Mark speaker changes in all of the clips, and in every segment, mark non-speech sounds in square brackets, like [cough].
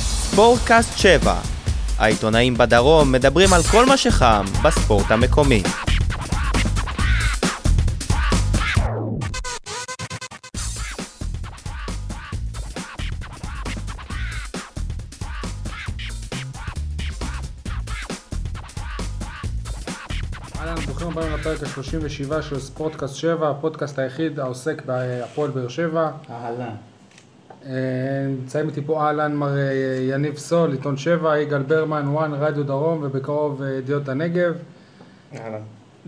Speaker 1: ספורטקאסט 7. העיתונאים בדרום מדברים על כל מה שחם בספורט המקומי.
Speaker 2: אהלן, ברוכים הבאים לפרק ה-37 של ספורטקאסט 7, הפודקאסט היחיד העוסק בהפועל באר שבע.
Speaker 3: אהלן.
Speaker 2: אה, נמצאים איתי פה אהלן מר אה, יניב סול, עיתון 7, יגאל ברמן, וואן, רדיו דרום, ובקרוב אה, ידיעות הנגב.
Speaker 3: אהלן.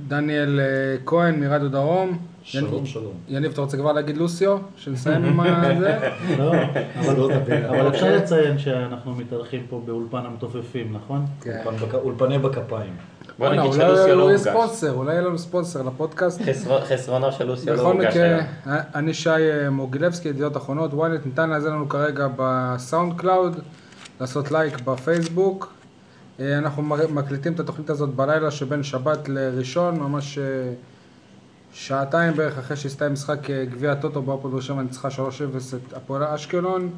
Speaker 2: דניאל אה, כהן מרדיו דרום. יניב-
Speaker 3: שלום.
Speaker 2: יניב, אתה רוצה כבר להגיד לוסיו? שנסיים עם
Speaker 4: [laughs]
Speaker 2: ה- זה?
Speaker 3: לא, אבל לא תבין. אבל
Speaker 2: כן.
Speaker 3: אפשר לציין שאנחנו מתארחים פה באולפן המתופפים, נכון?
Speaker 2: כן.
Speaker 5: אולפן בק- אולפני בכפיים.
Speaker 4: בוא
Speaker 2: אולי
Speaker 4: נגיד
Speaker 2: כן. אולי
Speaker 4: שלוסיו לא
Speaker 2: יהיה
Speaker 4: הורגש.
Speaker 2: ספונסר, אולי יהיה לנו ספונסר לפודקאסט.
Speaker 4: חסר- חסרונו של לוסיו לא
Speaker 2: בכל
Speaker 4: הורגש
Speaker 2: מקרה, אה,
Speaker 4: היום.
Speaker 2: אני שי מוגילבסקי, ידיעות אחרונות, ynet ניתן להאזין לנו כרגע בסאונד קלאוד, לעשות לייק בפייסבוק. אה, אנחנו מר- מקליטים את התוכנית הזאת בלילה שבין שבת לראשון, ממש אה, שעתיים בערך אחרי שהסתיים משחק אה, גביע הטוטו בהפועל באר שבע ניצחה 3-0 את הפועל אשקלון.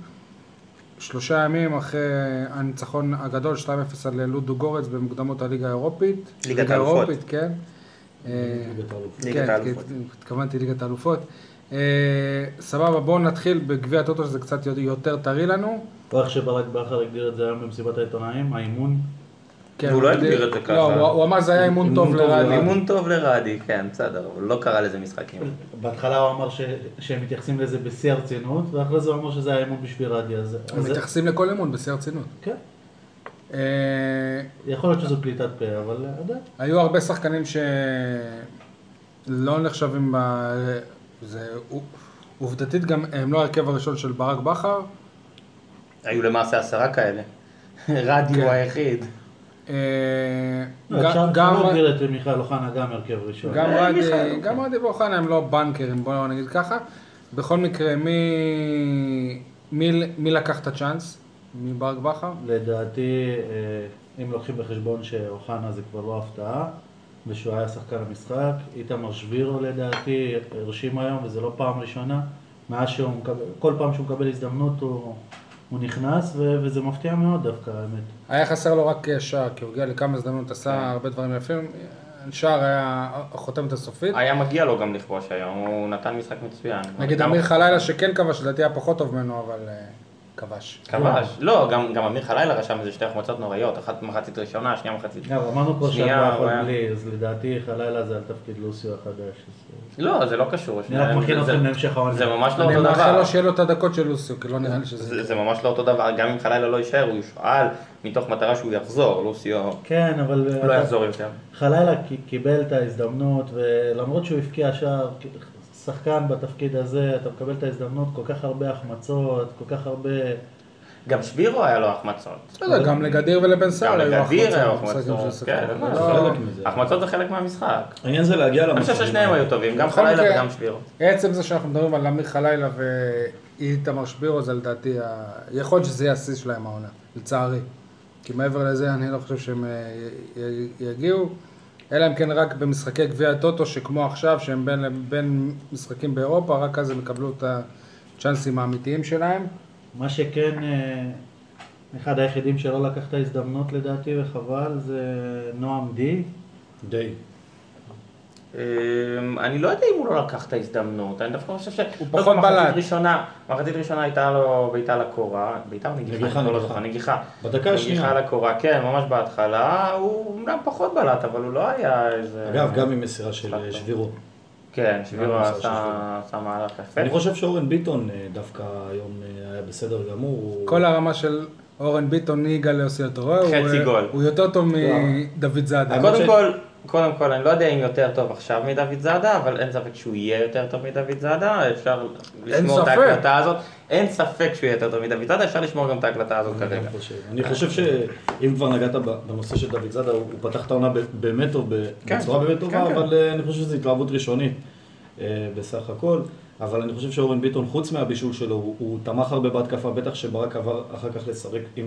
Speaker 2: שלושה ימים אחרי אה, הניצחון הגדול 2-0 על לודו גורץ במוקדמות הליגה האירופית.
Speaker 1: ליגת
Speaker 2: ליגה
Speaker 1: האלופות.
Speaker 2: האירופית, כן. אה,
Speaker 1: ליגת
Speaker 2: כן,
Speaker 1: האלופות.
Speaker 2: כן, התכוונתי ליגת האלופות. אה, סבבה, בואו נתחיל בגביע הטוטו שזה קצת יותר טרי לנו.
Speaker 3: או איך שברק בכר הגדיר את זה היום במסיבת העיתונאים, האימון.
Speaker 2: כן,
Speaker 4: והוא לא
Speaker 2: אבל-
Speaker 4: הגדיר את זה ככה.
Speaker 2: לא, הוא- הוא אמר זה היה אימון טוב לרעלי.
Speaker 4: אימון טוב לא. לרדי, כן, בסדר, אבל לא קרא לזה משחקים.
Speaker 3: בהתחלה הוא אמר ש- שהם מתייחסים לזה בשיא הרצינות, ואחרי זה הוא אמר שזה האימון בשביל רדיו. אז-
Speaker 2: הם
Speaker 3: אז-
Speaker 2: מתייחסים לכל אימון בשיא הרצינות.
Speaker 3: כן.
Speaker 2: אה,
Speaker 3: יכול להיות שזו פליטת פה, אבל אה, עדיין.
Speaker 2: היו הרבה שחקנים שלא נחשבים ב... זה עובדתית גם הם לא ההרכב הראשון של ברק בכר.
Speaker 4: היו למעשה עשרה כאלה. [laughs] רדי
Speaker 2: כן.
Speaker 4: הוא היחיד.
Speaker 2: אה,
Speaker 3: לא,
Speaker 2: גם-
Speaker 3: אפשר אפשר
Speaker 2: גם-
Speaker 3: להגדיר את מיכאל אוחנה גם הרכב ראשון.
Speaker 2: גם
Speaker 4: אה,
Speaker 2: רדי,
Speaker 4: מיכאל.
Speaker 2: גם רדי ואוחנה הם לא בנקרים, בואו נגיד ככה. בכל מקרה, מי, מי, מי לקח את הצ'אנס? מברק בכר?
Speaker 3: לדעתי, אה, אם לוקחים בחשבון שאוחנה זה כבר לא הפתעה, ושהוא היה שחקן המשחק, איתמר שבירו לדעתי הרשים היום, וזו לא פעם ראשונה, מאז שהוא מקבל, כל פעם שהוא מקבל הזדמנות הוא, הוא נכנס, ו, וזה מפתיע מאוד דווקא, האמת.
Speaker 2: היה חסר לו רק אה, שער, כי הוא הגיע לכמה הזדמנות,
Speaker 4: כן.
Speaker 2: עשה הרבה דברים יפים. אה, שער היה החותמת הסופית.
Speaker 4: היה מגיע לו גם לכבוש היום, הוא נתן משחק מצוין.
Speaker 2: נגיד
Speaker 4: גם-
Speaker 2: אמיר חלילה שכן כבש, לדעתי היה פחות טוב ממנו, אבל אה, כבש.
Speaker 4: כבש. לא, גם גם אמיר חלילה רשם איזה שתי החמצות נוראיות, אחת מחצית ראשונה, שנייה מחצית...
Speaker 3: גם אמרנו כבר
Speaker 4: שנייה,
Speaker 3: שאתה יכול
Speaker 4: הוא היה-
Speaker 3: בלי, אז לדעתי חלילה זה על תפקיד לוסיו החדש. אז-
Speaker 4: לא, זה לא קשור.
Speaker 3: אני רק מכין
Speaker 4: זה-
Speaker 3: אתכם להמשך העונה.
Speaker 4: זה ממש לא
Speaker 2: אני
Speaker 4: אותו
Speaker 2: מאחל
Speaker 4: דבר.
Speaker 2: לו שיהיה לו את הדקות של לוסיו, כי לא נראה לי שזה...
Speaker 4: זה זה ממש לא אותו דבר, גם אם חלילה לא יישאר, הוא יופעל מתוך מטרה שהוא יחזור, לוסיו
Speaker 3: כן, אבל...
Speaker 4: לא יחזור יותר.
Speaker 3: חלילה כי- קיבל את ההזדמנות, ולמרות שהוא הבקיע שער, שחקן בתפקיד הזה, אתה מקבל את ההזדמנות, כל כך הרבה החמצות, כל כך הרבה...
Speaker 4: גם שבירו היה לו החמצות.
Speaker 2: בסדר, גם לגדיר ולבן
Speaker 4: גם
Speaker 2: סער היו
Speaker 4: לגדיר היה לו
Speaker 2: משחקים שהוא
Speaker 4: החמצות.
Speaker 2: שיחק.
Speaker 4: כן,
Speaker 2: אבל
Speaker 4: מה, זה
Speaker 2: לא-
Speaker 4: חלק מזה. נכון. החמצות זה חלק מהמשחק.
Speaker 5: העניין זה להגיע
Speaker 4: אני
Speaker 5: למצב.
Speaker 4: חושב ששניהם היו טובים, גם
Speaker 2: בכל
Speaker 4: חלילה
Speaker 2: מקרה-
Speaker 4: וגם שבירו.
Speaker 2: עצם זה שאנחנו מדברים על אמיר חלילה ואיתמר שבירו, זה לדעתי, ה... יכול להיות שזה יהיה השיא שלהם העונה, לצערי. כי מעבר לזה, אני לא חושב שהם אה, י- י- יגיעו. אלא אם כן רק במשחקי גביע הטוטו, שכמו עכשיו, שהם בין, בין משחקים באירופה, רק אז הם יקבלו את הצ'אנסים האמיתיים שלהם.
Speaker 3: מה שכן, אה, אחד היחידים שלא לקח את ההזדמנות לדעתי, וחבל, זה נועם די.
Speaker 5: די.
Speaker 4: אמ, אני לא יודע אם הוא לא לקח את ההזדמנות, אני דווקא חושב ש... הוא
Speaker 2: פחות בלט.
Speaker 4: מחצית ראשונה, מחצית ראשונה הייתה לו בעיטה לקורה, בעיטה או נגיחה,
Speaker 5: נגיחה,
Speaker 4: אני לא
Speaker 5: נגיחה.
Speaker 4: זוכר, נגיחה.
Speaker 5: בדקה השנייה.
Speaker 4: נגיחה לקורה, כן, ממש בהתחלה, הוא אמנם פחות בלט, אבל הוא לא היה איזה...
Speaker 5: אגב, גם עם מסירה של אה, שבירו.
Speaker 4: כן, שבירו
Speaker 5: גם עם
Speaker 4: עשה
Speaker 5: שבירו.
Speaker 4: עשה מהלך יפה.
Speaker 5: אני חושב שאורן ביטון אה, דווקא היום אה, היה בסדר גמור. הוא-
Speaker 2: כל הרמה של אורן ביטון, יגאל יוסי אטורי, הוא,
Speaker 4: חצי
Speaker 2: אה,
Speaker 4: גול.
Speaker 2: הוא יותר טוב מדוד זאדה.
Speaker 5: האמת
Speaker 4: קודם
Speaker 5: ש-
Speaker 4: כל, קודם כל, אני לא יודע אם יותר טוב עכשיו מדוד זאדה, אבל אין ספק שהוא יהיה יותר טוב מדוד זאדה, אפשר לשמור את
Speaker 2: ספק.
Speaker 4: ההקלטה הזאת. אין ספק שהוא יהיה יותר טוב מדוד זאדה, אפשר לשמור גם את ההקלטה
Speaker 2: לא
Speaker 4: הזאת כרגע.
Speaker 5: אני חושב- אני חושב שאם כבר נגעת ב- בנושא של דוד זאדה, הוא הוא פתח את העונה ב- באמת טוב, ב-
Speaker 4: כן.
Speaker 5: בצורה באמת טובה,
Speaker 4: כן, כן.
Speaker 5: אבל אה, אני חושב שזו התלהבות ראשונית אה, בסך הכל. אבל אני חושב שאורן ביטון, חוץ מהבישול שלו, הוא, הוא תמך הרבה בהתקפה, בטח שברק עבר אחר כך לשחק עם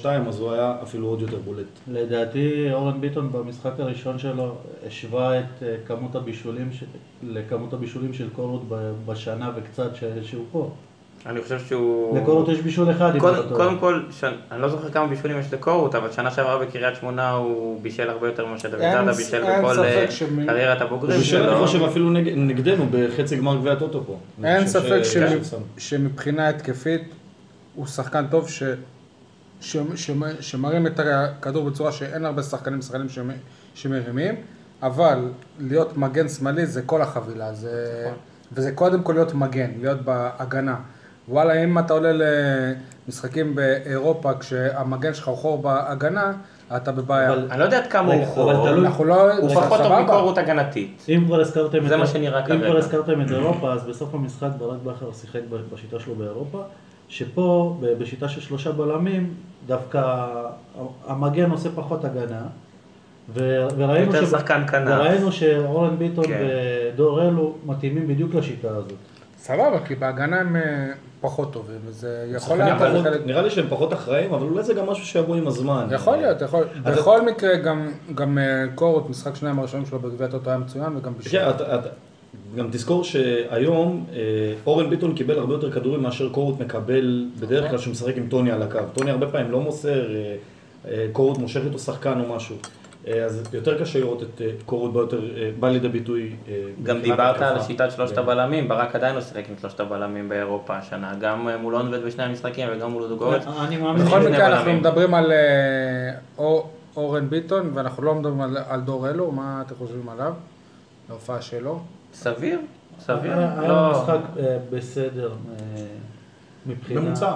Speaker 5: 3-5-2, אז הוא היה אפילו עוד יותר בולט.
Speaker 3: לדעתי אורן ביטון במשחק הראשון שלו השווה את אה, כמות הבישולים ש... לכמות הבישולים של קורות ב- בשנה וקצת ש... שהוא פה.
Speaker 4: אני חושב שהוא...
Speaker 3: לקורות יש בישול אחד. אם
Speaker 4: קודם,
Speaker 3: אתה טועה.
Speaker 4: קודם כל, ש... אני לא זוכר כמה בישולים יש לקורות, אבל שנה שעברה בקריית שמונה הוא בישל הרבה יותר ממה שדוידזאדה
Speaker 2: אין-
Speaker 4: בישל
Speaker 2: אין
Speaker 4: בכל
Speaker 2: ספק
Speaker 4: אה,
Speaker 2: שמי-
Speaker 4: קריירת הבוגרים
Speaker 5: בשביל
Speaker 2: לא-
Speaker 4: שלו.
Speaker 5: אני חושב אפילו נג- נגדנו בחצי גמר גביע הטוטו פה. אני
Speaker 2: אין
Speaker 5: חושב
Speaker 2: ספק
Speaker 5: ש- כן.
Speaker 2: שמ-
Speaker 5: שם.
Speaker 2: שמבחינה התקפית הוא שחקן טוב ש... ש... ש... שמרים את הכדור בצורה שאין הרבה שחקנים שחקנים שמ... שמרימים, אבל להיות מגן שמאלי זה כל החבילה, זה... וזה קודם כל להיות מגן, להיות בהגנה. וואלה, אם אתה עולה למשחקים באירופה כשהמגן שלך הוא חור בהגנה, אתה בבעיה.
Speaker 3: אבל-
Speaker 4: אני לא יודע עד כמה הוא
Speaker 3: רגע, אבל
Speaker 4: חור,
Speaker 3: תלוי-
Speaker 2: אנחנו לא...
Speaker 4: הוא
Speaker 2: זה
Speaker 4: פחות טוב
Speaker 2: סבבה.
Speaker 4: מקורות הגנתית.
Speaker 3: אם כבר הזכרתם
Speaker 4: זה
Speaker 3: את-
Speaker 4: מה שנראה
Speaker 3: אם
Speaker 4: כרגע.
Speaker 3: כבר הזכרתם את אירופה, אז בסוף המשחק ברק בכר שיחק ב- בשיטה שלו באירופה, שפה ב- בשיטה של שלושה בלמים, דווקא המגן עושה פחות הגנה, ו- וראינו
Speaker 4: יותר
Speaker 3: שב-
Speaker 4: שחקן כנף.
Speaker 3: וראינו שאורן ביטון
Speaker 4: כן.
Speaker 3: ודור אלו מתאימים בדיוק לשיטה הזאת.
Speaker 2: סבבה, כי בהגנה הם אה, פחות טובים, וזה יכול
Speaker 5: שחקנים
Speaker 2: להיות
Speaker 5: פחות-
Speaker 2: חלק...
Speaker 5: נראה לי שהם פחות אחראים, אבל אולי זה גם משהו שיבוא עם הזמן.
Speaker 2: יכול להיות, יכול. בכל מקרה, גם- גם אה, קורות, משחק שניים הראשונים שלו בגביע הטוטו היה מצוין, וגם בשביל...
Speaker 5: כן, אתה- אתה- גם תזכור שהיום אה, אורן ביטון קיבל הרבה יותר כדורים מאשר קורות מקבל בדרך
Speaker 4: אוקיי.
Speaker 5: כלל כשהוא משחק עם טוני על הקו. טוני הרבה פעמים לא מוסר, אה, אה, קורות מושך איתו שחקן או משהו. אה, אז יותר קשה לראות את אה, קורות בא יותר, אה, בא לידי ביטוי. אה,
Speaker 4: גם
Speaker 5: מבחינת
Speaker 4: דיברת על
Speaker 5: התקפה.
Speaker 4: שיטת שלושת
Speaker 2: כן.
Speaker 4: הבלמים, ברק עדיין לא שיחק עם שלושת הבלמים באירופה השנה, גם אה, מול אונבד בשני המשחקים וגם מול דוגורץ.
Speaker 3: אני מאמין
Speaker 2: אה, בכל
Speaker 4: שני
Speaker 2: מקרה, אנחנו
Speaker 4: בלמים.
Speaker 2: מדברים על אה, אור- אורן ביטון, ואנחנו לא מדברים על- על דור אלו, מה אתם חושבים עליו? ההופעה שלו?
Speaker 4: סביר, סביר,
Speaker 3: היה היה
Speaker 4: לא.
Speaker 3: משחק אה, בסדר אה, מבחינה-
Speaker 5: ממוצע.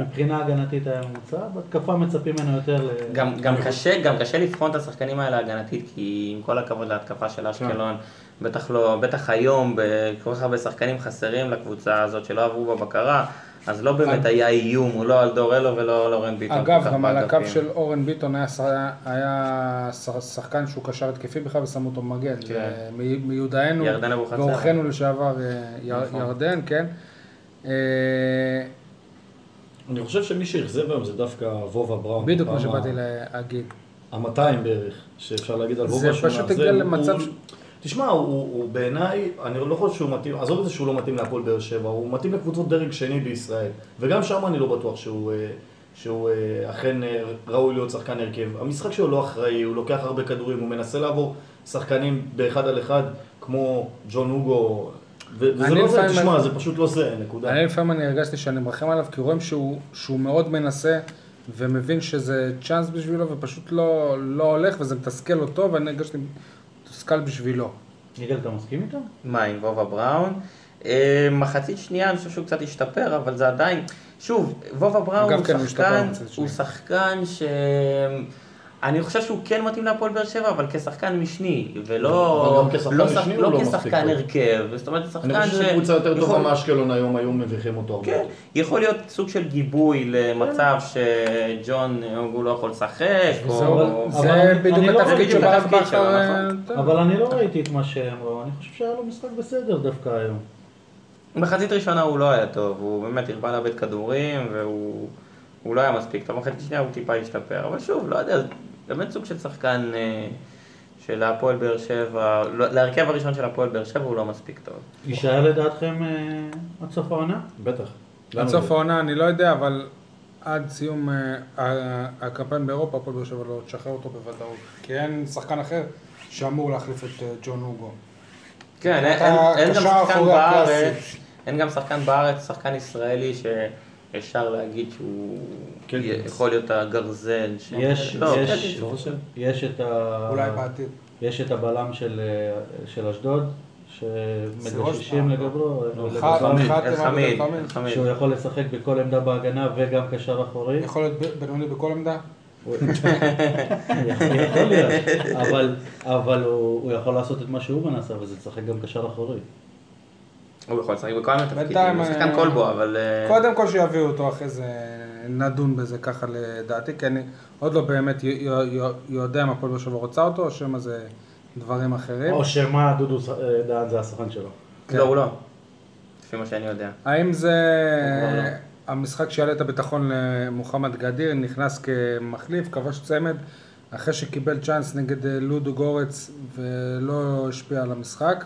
Speaker 3: מבחינה הגנתית היה ממוצע, בהתקפה מצפים ממנו יותר ל...
Speaker 4: גם, גם, קשה, גם קשה לבחון את השחקנים האלה הגנתית, כי עם כל הכבוד להתקפה
Speaker 2: כן.
Speaker 4: של אשקלון, בטח, לא, בטח היום, בכל כך הרבה שחקנים חסרים לקבוצה הזאת שלא עברו בבקרה, אז לא באמת היה איום, הוא לא על דורלו ולא על אורן ביטון. כל
Speaker 2: אגב,
Speaker 4: כך
Speaker 2: גם על הקו
Speaker 4: באגפים.
Speaker 2: של אורן ביטון היה ש- היה ש- שחקן שהוא קשר התקפי בכלל, ושמו אותו מגן. זה מ- מיודענו
Speaker 4: כן. ירדן אבוחצירא. נכון.
Speaker 2: ואורחנו לשעבר אה, יר- ירדן, כן. אה,
Speaker 5: אני חושב שמי שאכזב היום זה דווקא וובה בראון.
Speaker 4: אוקיי,
Speaker 2: בדיוק
Speaker 5: פעם
Speaker 2: מה
Speaker 5: ה-
Speaker 2: שבאתי להגיד.
Speaker 5: ה-200 בערך, שאפשר להגיד על
Speaker 2: זה
Speaker 5: וובה
Speaker 2: פשוט
Speaker 5: מאזן,
Speaker 2: הגיע
Speaker 5: הוא-
Speaker 2: למצב
Speaker 5: הוא-
Speaker 2: ש-
Speaker 5: תשמע, הוא, הוא בעיניי, אני לא חושב שהוא מתאים, עזוב את זה שהוא לא מתאים להפועל באר שבע, הוא מתאים לקבוצות דרג שני בישראל. וגם שם אני לא בטוח שהוא, אה, שהוא אה, אכן אה, ראוי להיות שחקן הרכב. המשחק שלו לא אחראי, הוא לוקח הרבה כדורים, הוא מנסה לעבור שחקנים באחד על אחד, כמו ג'ון הוגו, ו- וזה
Speaker 2: אני
Speaker 5: לא זה,
Speaker 2: לפעמים-
Speaker 5: תשמע, זה פשוט לא זה, נקודה.
Speaker 2: אני לפעמים אני הרגשתי שאני מרחם עליו, כי רואים שהוא, שהוא מאוד מנסה ומבין שזה צ'אנס בשבילו ופשוט לא, לא הולך וזה מתסכל אותו ואני הרגשתי מתוסכל בשבילו.
Speaker 3: יגאל, אתה מסכים איתם?
Speaker 4: מה, עם וובה בראון? אה, מחצית שנייה, אני חושב שהוא קצת השתפר, אבל זה עדיין... שוב, וובה בראון
Speaker 2: אגב,
Speaker 4: הוא
Speaker 2: כן, הוא השתפר
Speaker 4: שחקן,
Speaker 2: במחצית
Speaker 4: הוא
Speaker 2: שנייה.
Speaker 4: שחקן ש... אני חושב שהוא כן מתאים להפועל באר שבע, אבל כשחקן משני, ולא
Speaker 5: אבל גם כשחקן
Speaker 4: לא
Speaker 5: משני
Speaker 4: שח-
Speaker 5: הוא
Speaker 4: לא
Speaker 5: לא מספיק
Speaker 4: כשחקן
Speaker 5: טוב.
Speaker 4: הרכב, זאת אומרת, שחקן ש...
Speaker 5: אני חושב שקבוצה יותר טובה
Speaker 4: יכול-
Speaker 5: מאשקלון היום, היום מביכים אותו הרבה.
Speaker 4: נכון. כן, יכול להיות סוג של גיבוי למצב שג'ון אוגו לא יכול לשחק, או...
Speaker 3: אבל-
Speaker 2: זה
Speaker 3: אני-
Speaker 2: בדיוק
Speaker 3: אני לא-
Speaker 2: התפקיד
Speaker 4: זה בדיוק
Speaker 2: שברק
Speaker 4: התפקיד שלו,
Speaker 2: בכר... אה,
Speaker 4: נכון.
Speaker 2: טוב.
Speaker 3: אבל אני לא ראיתי את מה שהם ראו, אני חושב שהיה לו משחק בסדר דווקא היום.
Speaker 4: מחצית ראשונה הוא לא היה טוב, הוא באמת הרבה לאבד כדורים, והוא הוא לא היה מספיק טוב, מחצית שנייה הוא טיפה השתפר, אבל שוב, לא יודע, זה באמת סוג של שחקן אה, של הפועל באר שבע, לא, להרכב הראשון של הפועל באר שבע הוא לא מספיק טוב.
Speaker 3: יישאר לדעתכם אה, עד סוף העונה?
Speaker 5: בטח.
Speaker 2: עד סוף העונה אני לא יודע, אבל עד סיום אה, ה- הקמפיין באירופה, הפועל באר שבע לא תשחרר אותו בוודאות. כי אין שחקן אחר שאמור להחליף את אה, ג'ון הוגו.
Speaker 4: כן, אין,
Speaker 2: אתה
Speaker 4: אין, אין גם
Speaker 2: קשר
Speaker 4: שחקן
Speaker 2: אחורי
Speaker 4: בארץ,
Speaker 2: הקלאסי.
Speaker 4: אין גם שחקן בארץ, שחקן ישראלי שאפשר להגיד שהוא
Speaker 5: כן,
Speaker 4: יה-
Speaker 5: כן.
Speaker 4: יכול להיות הגרזן. ש-
Speaker 3: יש,
Speaker 4: לא,
Speaker 3: יש,
Speaker 4: כן,
Speaker 3: יש את ה...
Speaker 2: אולי בעתיד.
Speaker 3: יש את הבלם של אה, של אשדוד, שמגששים
Speaker 2: סירוס?
Speaker 3: לגברו,
Speaker 2: אחד-
Speaker 3: לגברני,
Speaker 4: כן.
Speaker 2: אחד-
Speaker 4: אלחמיד,
Speaker 2: אלחמיד.
Speaker 4: אלחמיד.
Speaker 3: שהוא יכול לשחק בכל עמדה בהגנה וגם קשר אחורי.
Speaker 2: יכול להיות ב- בינוני בכל עמדה?
Speaker 3: [laughs] יכול להיות, אבל- אבל הוא הוא יכול לעשות את מה שהוא מנסה, וזה לשחק גם קשר אחורי.
Speaker 4: הוא יכול לשחק בכל מיני תפקידים,
Speaker 2: בינתיים,
Speaker 4: הוא שחקן
Speaker 2: אה,
Speaker 4: כלבו, אבל... אה,
Speaker 2: קודם כל שיביאו אותו, אחרי זה נדון בזה ככה לדעתי, כי אני עוד לא באמת י- י- י- יודע אם הפועל באר שבע רוצה אותו, או שמא זה דברים אחרים.
Speaker 3: או שמה דודו ס- אה, דהן זה הסוכן שלו.
Speaker 2: כן.
Speaker 4: לא, הוא לא. לפי מה שאני יודע.
Speaker 2: האם זה
Speaker 3: כבר לא.
Speaker 2: המשחק שיעלה את הביטחון למוחמד גדיר, נכנס כמחליף, כבש צמד, אחרי שקיבל צ'אנס נגד אה, לודו גורץ ולא השפיע על המשחק?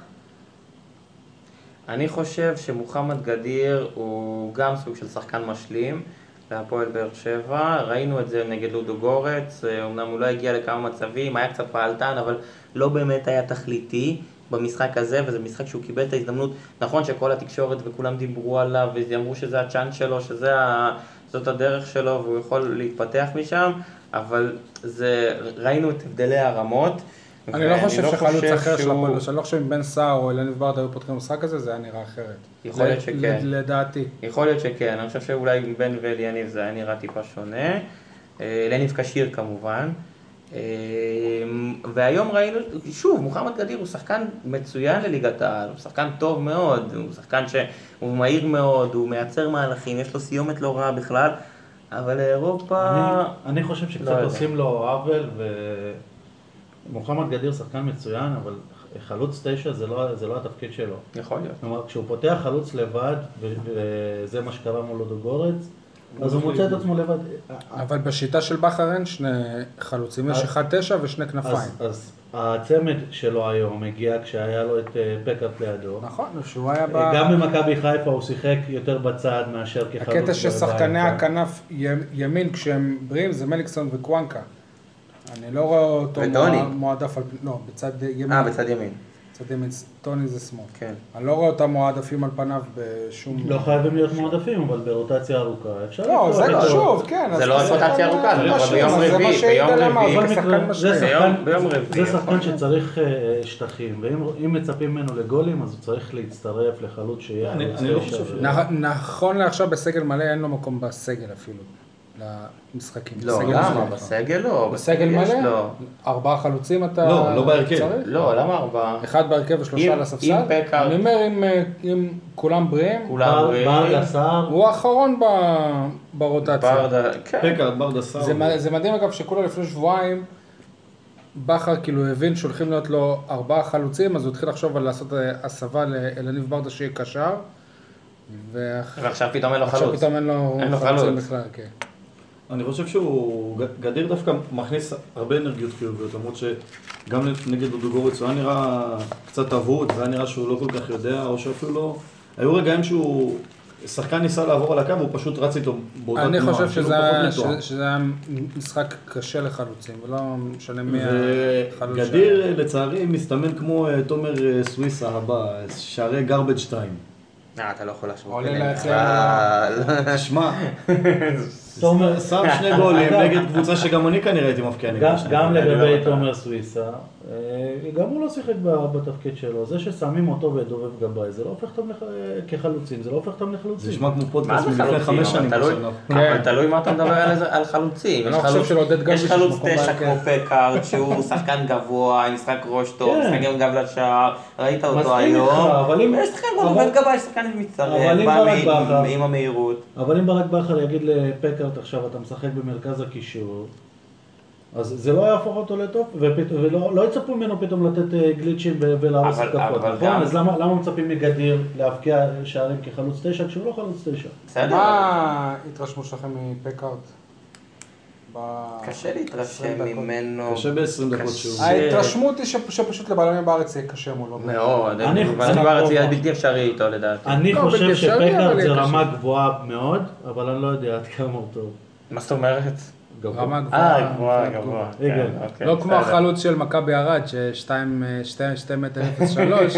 Speaker 4: אני חושב שמוחמד גדיר הוא גם סוג של שחקן משלים להפועל באר שבע, ראינו את זה נגד לודו גורץ, אה, אמנם הוא לא הגיע לכמה מצבים, היה קצת פעלתן, אבל לא באמת היה תכליתי במשחק הזה, וזה משחק שהוא קיבל את ההזדמנות, נכון שכל התקשורת וכולם דיברו עליו, ואמרו שזה הצ'אנס שלו, שזה ה... זאת הדרך שלו והוא יכול להתפתח משם, אבל זה, ראינו את הבדלי הרמות.
Speaker 2: אני לא
Speaker 4: ואני
Speaker 2: חושב שחלוץ אחר של
Speaker 4: שהוא-
Speaker 2: הפועל באר שבע, אני לא חושב אם בן סער או אלניב ברדה היו פותחים במשחק הזה, זה היה נראה אחרת.
Speaker 4: יכול להיות
Speaker 2: ל-
Speaker 4: שכן.
Speaker 2: ל- לדעתי.
Speaker 4: יכול להיות שכן, אני חושב שאולי עם בן ואליניב זה היה נראה טיפה שונה. אה, אליניב כשיר כמובן. אה, והיום ראינו, שוב, מוחמד גדיר הוא שחקן מצוין לליגת העל, הוא שחקן טוב מאוד, הוא שחקן שהוא מהיר מאוד, הוא מייצר מהלכים, יש לו סיומת לא רעה בכלל, אבל לאירופה...
Speaker 2: אה,
Speaker 3: אני- אני חושב
Speaker 4: לא
Speaker 3: שקצת
Speaker 4: יודע.
Speaker 3: עושים לו עוול, ומוחמד גדיר שחקן מצוין, אבל חלוץ תשע זה לא- זה לא התפקיד שלו.
Speaker 4: יכול להיות.
Speaker 3: כלומר, כשהוא פותח חלוץ לבד, ו- וזה מה שקרה מול לודוגורץ, אז הוא מוצא את עצמו לבד.
Speaker 2: אה, אבל בשיטה של בכר אין שני חלוצים, יש
Speaker 3: אז-
Speaker 2: אחד תשע ושני כנפיים.
Speaker 3: אז, אז הצמד שלו היום הגיע כשהיה לו את אה, פקארט לידו.
Speaker 2: נכון, שהוא היה ב...
Speaker 3: אה, גם במכבי חיפה הוא שיחק יותר בצד מאשר כחלוץ.
Speaker 2: הקטע ששחקני
Speaker 3: באמצע.
Speaker 2: הכנף י- ימין כשהם בריאים זה מליקסון וקוואנקה. אני לא רואה אותו
Speaker 4: וטוני.
Speaker 2: מוע- מועדף על פני... לא, בצד ימין.
Speaker 4: אה, בצד ימין,
Speaker 2: בצד ימין, טוני זה שמאל.
Speaker 4: כן.
Speaker 2: אני לא רואה אותם מועדפים על פניו בשום...
Speaker 3: לא חייבים להיות מועדפים, אבל ברוטציה ארוכה אפשר...
Speaker 2: לא,
Speaker 3: לקרוא
Speaker 2: זה
Speaker 3: אותו.
Speaker 2: חשוב, כן.
Speaker 4: זה
Speaker 2: אז
Speaker 4: לא
Speaker 2: כשחקן
Speaker 4: רוטציה ארוכה, זה
Speaker 2: משלים,
Speaker 4: ביום
Speaker 2: אז זה מה
Speaker 4: רביעי,
Speaker 2: שהעיד
Speaker 4: ביום
Speaker 2: על
Speaker 4: רביעי.
Speaker 2: המאבק
Speaker 3: בכל מקרה,
Speaker 2: כשחקן
Speaker 3: זה
Speaker 2: משלים.
Speaker 4: ביום- ביום
Speaker 3: שחקן-
Speaker 4: רביעי,
Speaker 3: זה שחקן
Speaker 4: יכול.
Speaker 3: שצריך אה, שטחים, ואם אם מצפים ממנו לגולים, אז הוא צריך להצטרף לחלוץ שיהיה
Speaker 5: אני-
Speaker 3: חלוץ
Speaker 5: אני לא
Speaker 3: תשע
Speaker 5: חושב
Speaker 3: ו-
Speaker 5: ש-
Speaker 2: נכ- נכון לעכשיו בסגל מלא אין לו מקום בסגל אפילו, למשחקים.
Speaker 4: לא,
Speaker 2: בסגל
Speaker 4: למה?
Speaker 2: מלא.
Speaker 4: בסגל לא.
Speaker 2: בסגל
Speaker 4: יש
Speaker 2: מלא?
Speaker 4: לו.
Speaker 2: ארבעה חלוצים אתה
Speaker 5: לא, לא בהרכב.
Speaker 2: צריך?
Speaker 4: לא, למה ארבעה?
Speaker 2: אחד בהרכב
Speaker 4: אם-
Speaker 2: ושלושה על הספסל?
Speaker 4: אם פקארט-
Speaker 2: אני אומר, אם, אה, אם כולם בריאים,
Speaker 4: כולם
Speaker 3: בר-
Speaker 4: בריאים.
Speaker 3: בר גסר,
Speaker 2: הוא האחרון ב... ברוטציה.
Speaker 4: ברדה, כן.
Speaker 5: פקארד, ברדה סאו.
Speaker 2: זה, מ- זה מדהים אגב שכולה לפני שבועיים, בכר כאילו הבין שהולכים להיות לו ארבעה חלוצים, אז הוא התחיל לחשוב על לעשות אה, הסבה לאלניב ברדה שיהיה קשר, ועכשיו
Speaker 4: ועכשיו פתאום אין לו חלוץ.
Speaker 2: פתאום אין לו
Speaker 4: אין לו
Speaker 2: חלוצים
Speaker 4: חלוץ.
Speaker 2: בכלל, כן.
Speaker 5: אני חושב שהוא, ג- גדיר דווקא מכניס הרבה אנרגיות חיוביות, למרות שגם נגד דודוגורץ הוא היה נראה קצת אבוד, והיה נראה שהוא לא כל כך יודע, או שאפילו לא... היו רגעים שהוא, שחקן ניסה לעבור על הקו, הוא פשוט רץ איתו באותה
Speaker 2: אני
Speaker 5: תנועה,
Speaker 2: חושב
Speaker 5: כאילו
Speaker 2: שזה
Speaker 5: הוא פחות
Speaker 2: היה-
Speaker 5: מתואם.
Speaker 2: ש- שזה היה משחק קשה לחלוצים, ולא משנה מי החלוץ.
Speaker 5: וגדיר אה, לצערי מסתמן כמו אה, תומר אה, סוויסה הבא, שערי גרבג' 2.
Speaker 4: [laughs] אה, אתה לא יכול להשוות.
Speaker 2: עולה
Speaker 4: ביניהם
Speaker 2: להציע-
Speaker 4: בכלל.
Speaker 5: שמע,
Speaker 3: תומר,
Speaker 5: שם שני
Speaker 4: [laughs]
Speaker 5: גולים נגד קבוצה שגם אני כנראה הייתי מבקיע נגד
Speaker 3: גם-
Speaker 5: שני
Speaker 3: גם
Speaker 4: אני לא
Speaker 3: לגבי
Speaker 4: יודע.
Speaker 3: תומר סוויסה, אה, גם הוא לא שיחק ב- בתפקיד שלו. זה ששמים אותו ואת דובב גבאי, זה לא הופך אותם לח- אה, כחלוצים, זה לא הופך אותם
Speaker 5: זה
Speaker 3: לחלוצים.
Speaker 5: נשמע כמו
Speaker 4: מה
Speaker 5: פודקאסט
Speaker 4: זה
Speaker 5: מלפני
Speaker 4: חלוצים?
Speaker 5: חמש
Speaker 4: אבל
Speaker 5: שנים.
Speaker 4: תלוי-
Speaker 5: עכשיו.
Speaker 4: אבל תלוי מה אתה מדבר על איזה- על חלוצים.
Speaker 2: אני לא
Speaker 4: יש
Speaker 2: חושב
Speaker 4: חלוץ-
Speaker 2: שלעודד גרביץ'
Speaker 4: יש
Speaker 2: יש
Speaker 4: חלוץ
Speaker 2: מקום
Speaker 4: תשע
Speaker 2: בהרכב.
Speaker 4: כמו פקארט, שהוא שחקן גבוה, עם משחק ראש טוב,
Speaker 3: כן.
Speaker 4: משחק עם גב לשער, ראית אותו
Speaker 3: מסכים
Speaker 4: היום.
Speaker 3: איתך, אבל אם-
Speaker 4: יש שחקן כמו
Speaker 3: אבל-
Speaker 4: דובב גבאי, שחקן
Speaker 3: אבל
Speaker 4: מצטרף,
Speaker 3: אם
Speaker 4: בא
Speaker 3: ברק
Speaker 4: מ-
Speaker 3: בכר-
Speaker 4: עם המהירות.
Speaker 3: אבל אם ברק בכר יגיד לפקארט עכשיו, אתה משחק במרכז הקישור, אז זה לא יהפוך אותו לטוב, ופת- ולא לא יצפו ממנו פתאום לתת אה, גליצ'ים ו- ולהרוס
Speaker 4: אבל-
Speaker 3: התקפות,
Speaker 4: אבל
Speaker 3: נכון?
Speaker 4: גם-
Speaker 3: אז למה למה מצפים מגדיר להבקיע שערים כחלוץ תשע כשהוא לא חלוץ תשע?
Speaker 4: בסדר.
Speaker 2: מה ההתרשמות שלכם מפקארט? ב-
Speaker 4: קשה
Speaker 2: 20
Speaker 4: להתרשם
Speaker 2: דקות?
Speaker 4: ממנו.
Speaker 5: קשה ב-20 דקות שהוא...
Speaker 2: ההתרשמות היא שפ- שפשוט לבלמים בארץ יהיה קשה מולו.
Speaker 4: מאוד.
Speaker 3: אני-
Speaker 4: אבל
Speaker 3: אני-
Speaker 4: בארץ יהיה בלתי אפשרי איתו לדעתי.
Speaker 3: אני
Speaker 2: לא,
Speaker 3: חושב
Speaker 2: בלתי אפשרי,
Speaker 3: שפקארט
Speaker 2: אבל
Speaker 3: זה
Speaker 2: יהיה
Speaker 3: רמה גבוהה מאוד, אבל אני לא יודע עד כמה הוא טוב.
Speaker 4: מה זאת אומרת?
Speaker 2: רמה
Speaker 4: אה,
Speaker 2: גבוהה.
Speaker 4: גבוהה,
Speaker 2: גבוהה.
Speaker 4: גבוהה.
Speaker 3: רגע.
Speaker 4: כן, אוקיי,
Speaker 2: לא כמו
Speaker 4: בסדר.
Speaker 2: החלוץ של מכבי ערד, ש-2 מטר 03,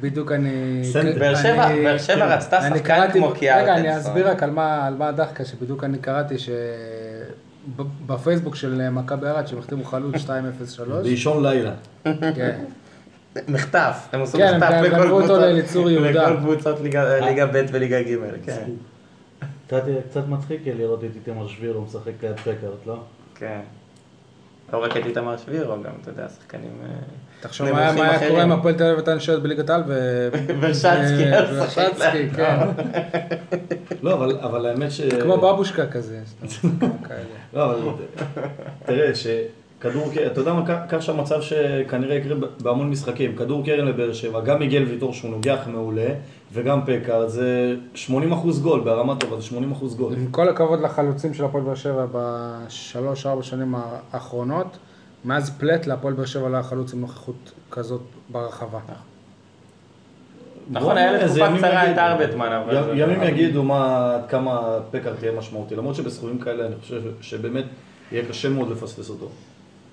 Speaker 2: בדיוק אני...
Speaker 5: סנטר.
Speaker 4: באר שבע-
Speaker 2: אני-
Speaker 4: באר שבע
Speaker 2: כן.
Speaker 4: רצתה
Speaker 2: אני
Speaker 4: שחקן
Speaker 2: קראתי-
Speaker 4: כמו קיארטנסון.
Speaker 2: רגע, אני אסביר רק על מה על מה הדחקה, שבדיוק אני קראתי שבפייסבוק של אה, מכבי ערד, שהם החתימו חלוץ 203.
Speaker 5: לא, באישון לילה.
Speaker 2: כן.
Speaker 4: מחטף, הם עשו
Speaker 2: כן, הם
Speaker 4: מחטף
Speaker 2: גם
Speaker 4: לכל
Speaker 2: גנבו אותו
Speaker 4: קבוצות-
Speaker 2: לצור יהודה. אה.
Speaker 4: לכל קבוצות ליגה- ליגה ב' וליגה ג', כן.
Speaker 3: קצת- קצת מצחיק יהיה לראות את איתמר שבירו משחק ליד פקארט, לא?
Speaker 4: כן. לא רק את איתמר שבירו, גם, אתה יודע, שחקנים... אה,
Speaker 2: תחשוב מה היה-
Speaker 4: נמוכים
Speaker 2: מה היה קורה
Speaker 4: אחרים.
Speaker 2: אם הפועל תל אביב הייתה נשארת בליגת העל ו...
Speaker 4: ורשצקי, אז
Speaker 2: ו-
Speaker 4: שחק
Speaker 2: ורשצקי, כן.
Speaker 5: לא, אבל- אבל האמת ש...
Speaker 2: כמו בבושקה כזה. סתם, כאלה.
Speaker 5: לא, אבל תראה, שכדור קרן, אתה יודע מה, קח- קח שם מצב שכנראה יקרה ב- בהמון משחקים, כדור קרן לבאר שבע, גם מיגל ויטור שהוא נוגח מעולה, וגם פקארד, זה 80% גול, בהרמה טובה זה 80% גול.
Speaker 2: עם כל הכבוד לחלוצים של הפועל באר שבע בשלוש-ארבע שנים האחרונות, מאז פלט להפועל באר שבע לא היה חלוץ עם נוכחות כזאת ברחבה.
Speaker 4: נכון, היה
Speaker 5: איזה
Speaker 4: לתקופה
Speaker 5: ימים
Speaker 4: קצרה את
Speaker 5: יגידו.
Speaker 4: ארבטמן, אבל...
Speaker 5: י-
Speaker 4: זה-
Speaker 5: ימים יגידו מה, עד כמה פקארט יהיה משמעותי, למרות שבסכומים כאלה אני חושב שבאמת יהיה קשה מאוד לפספס אותו.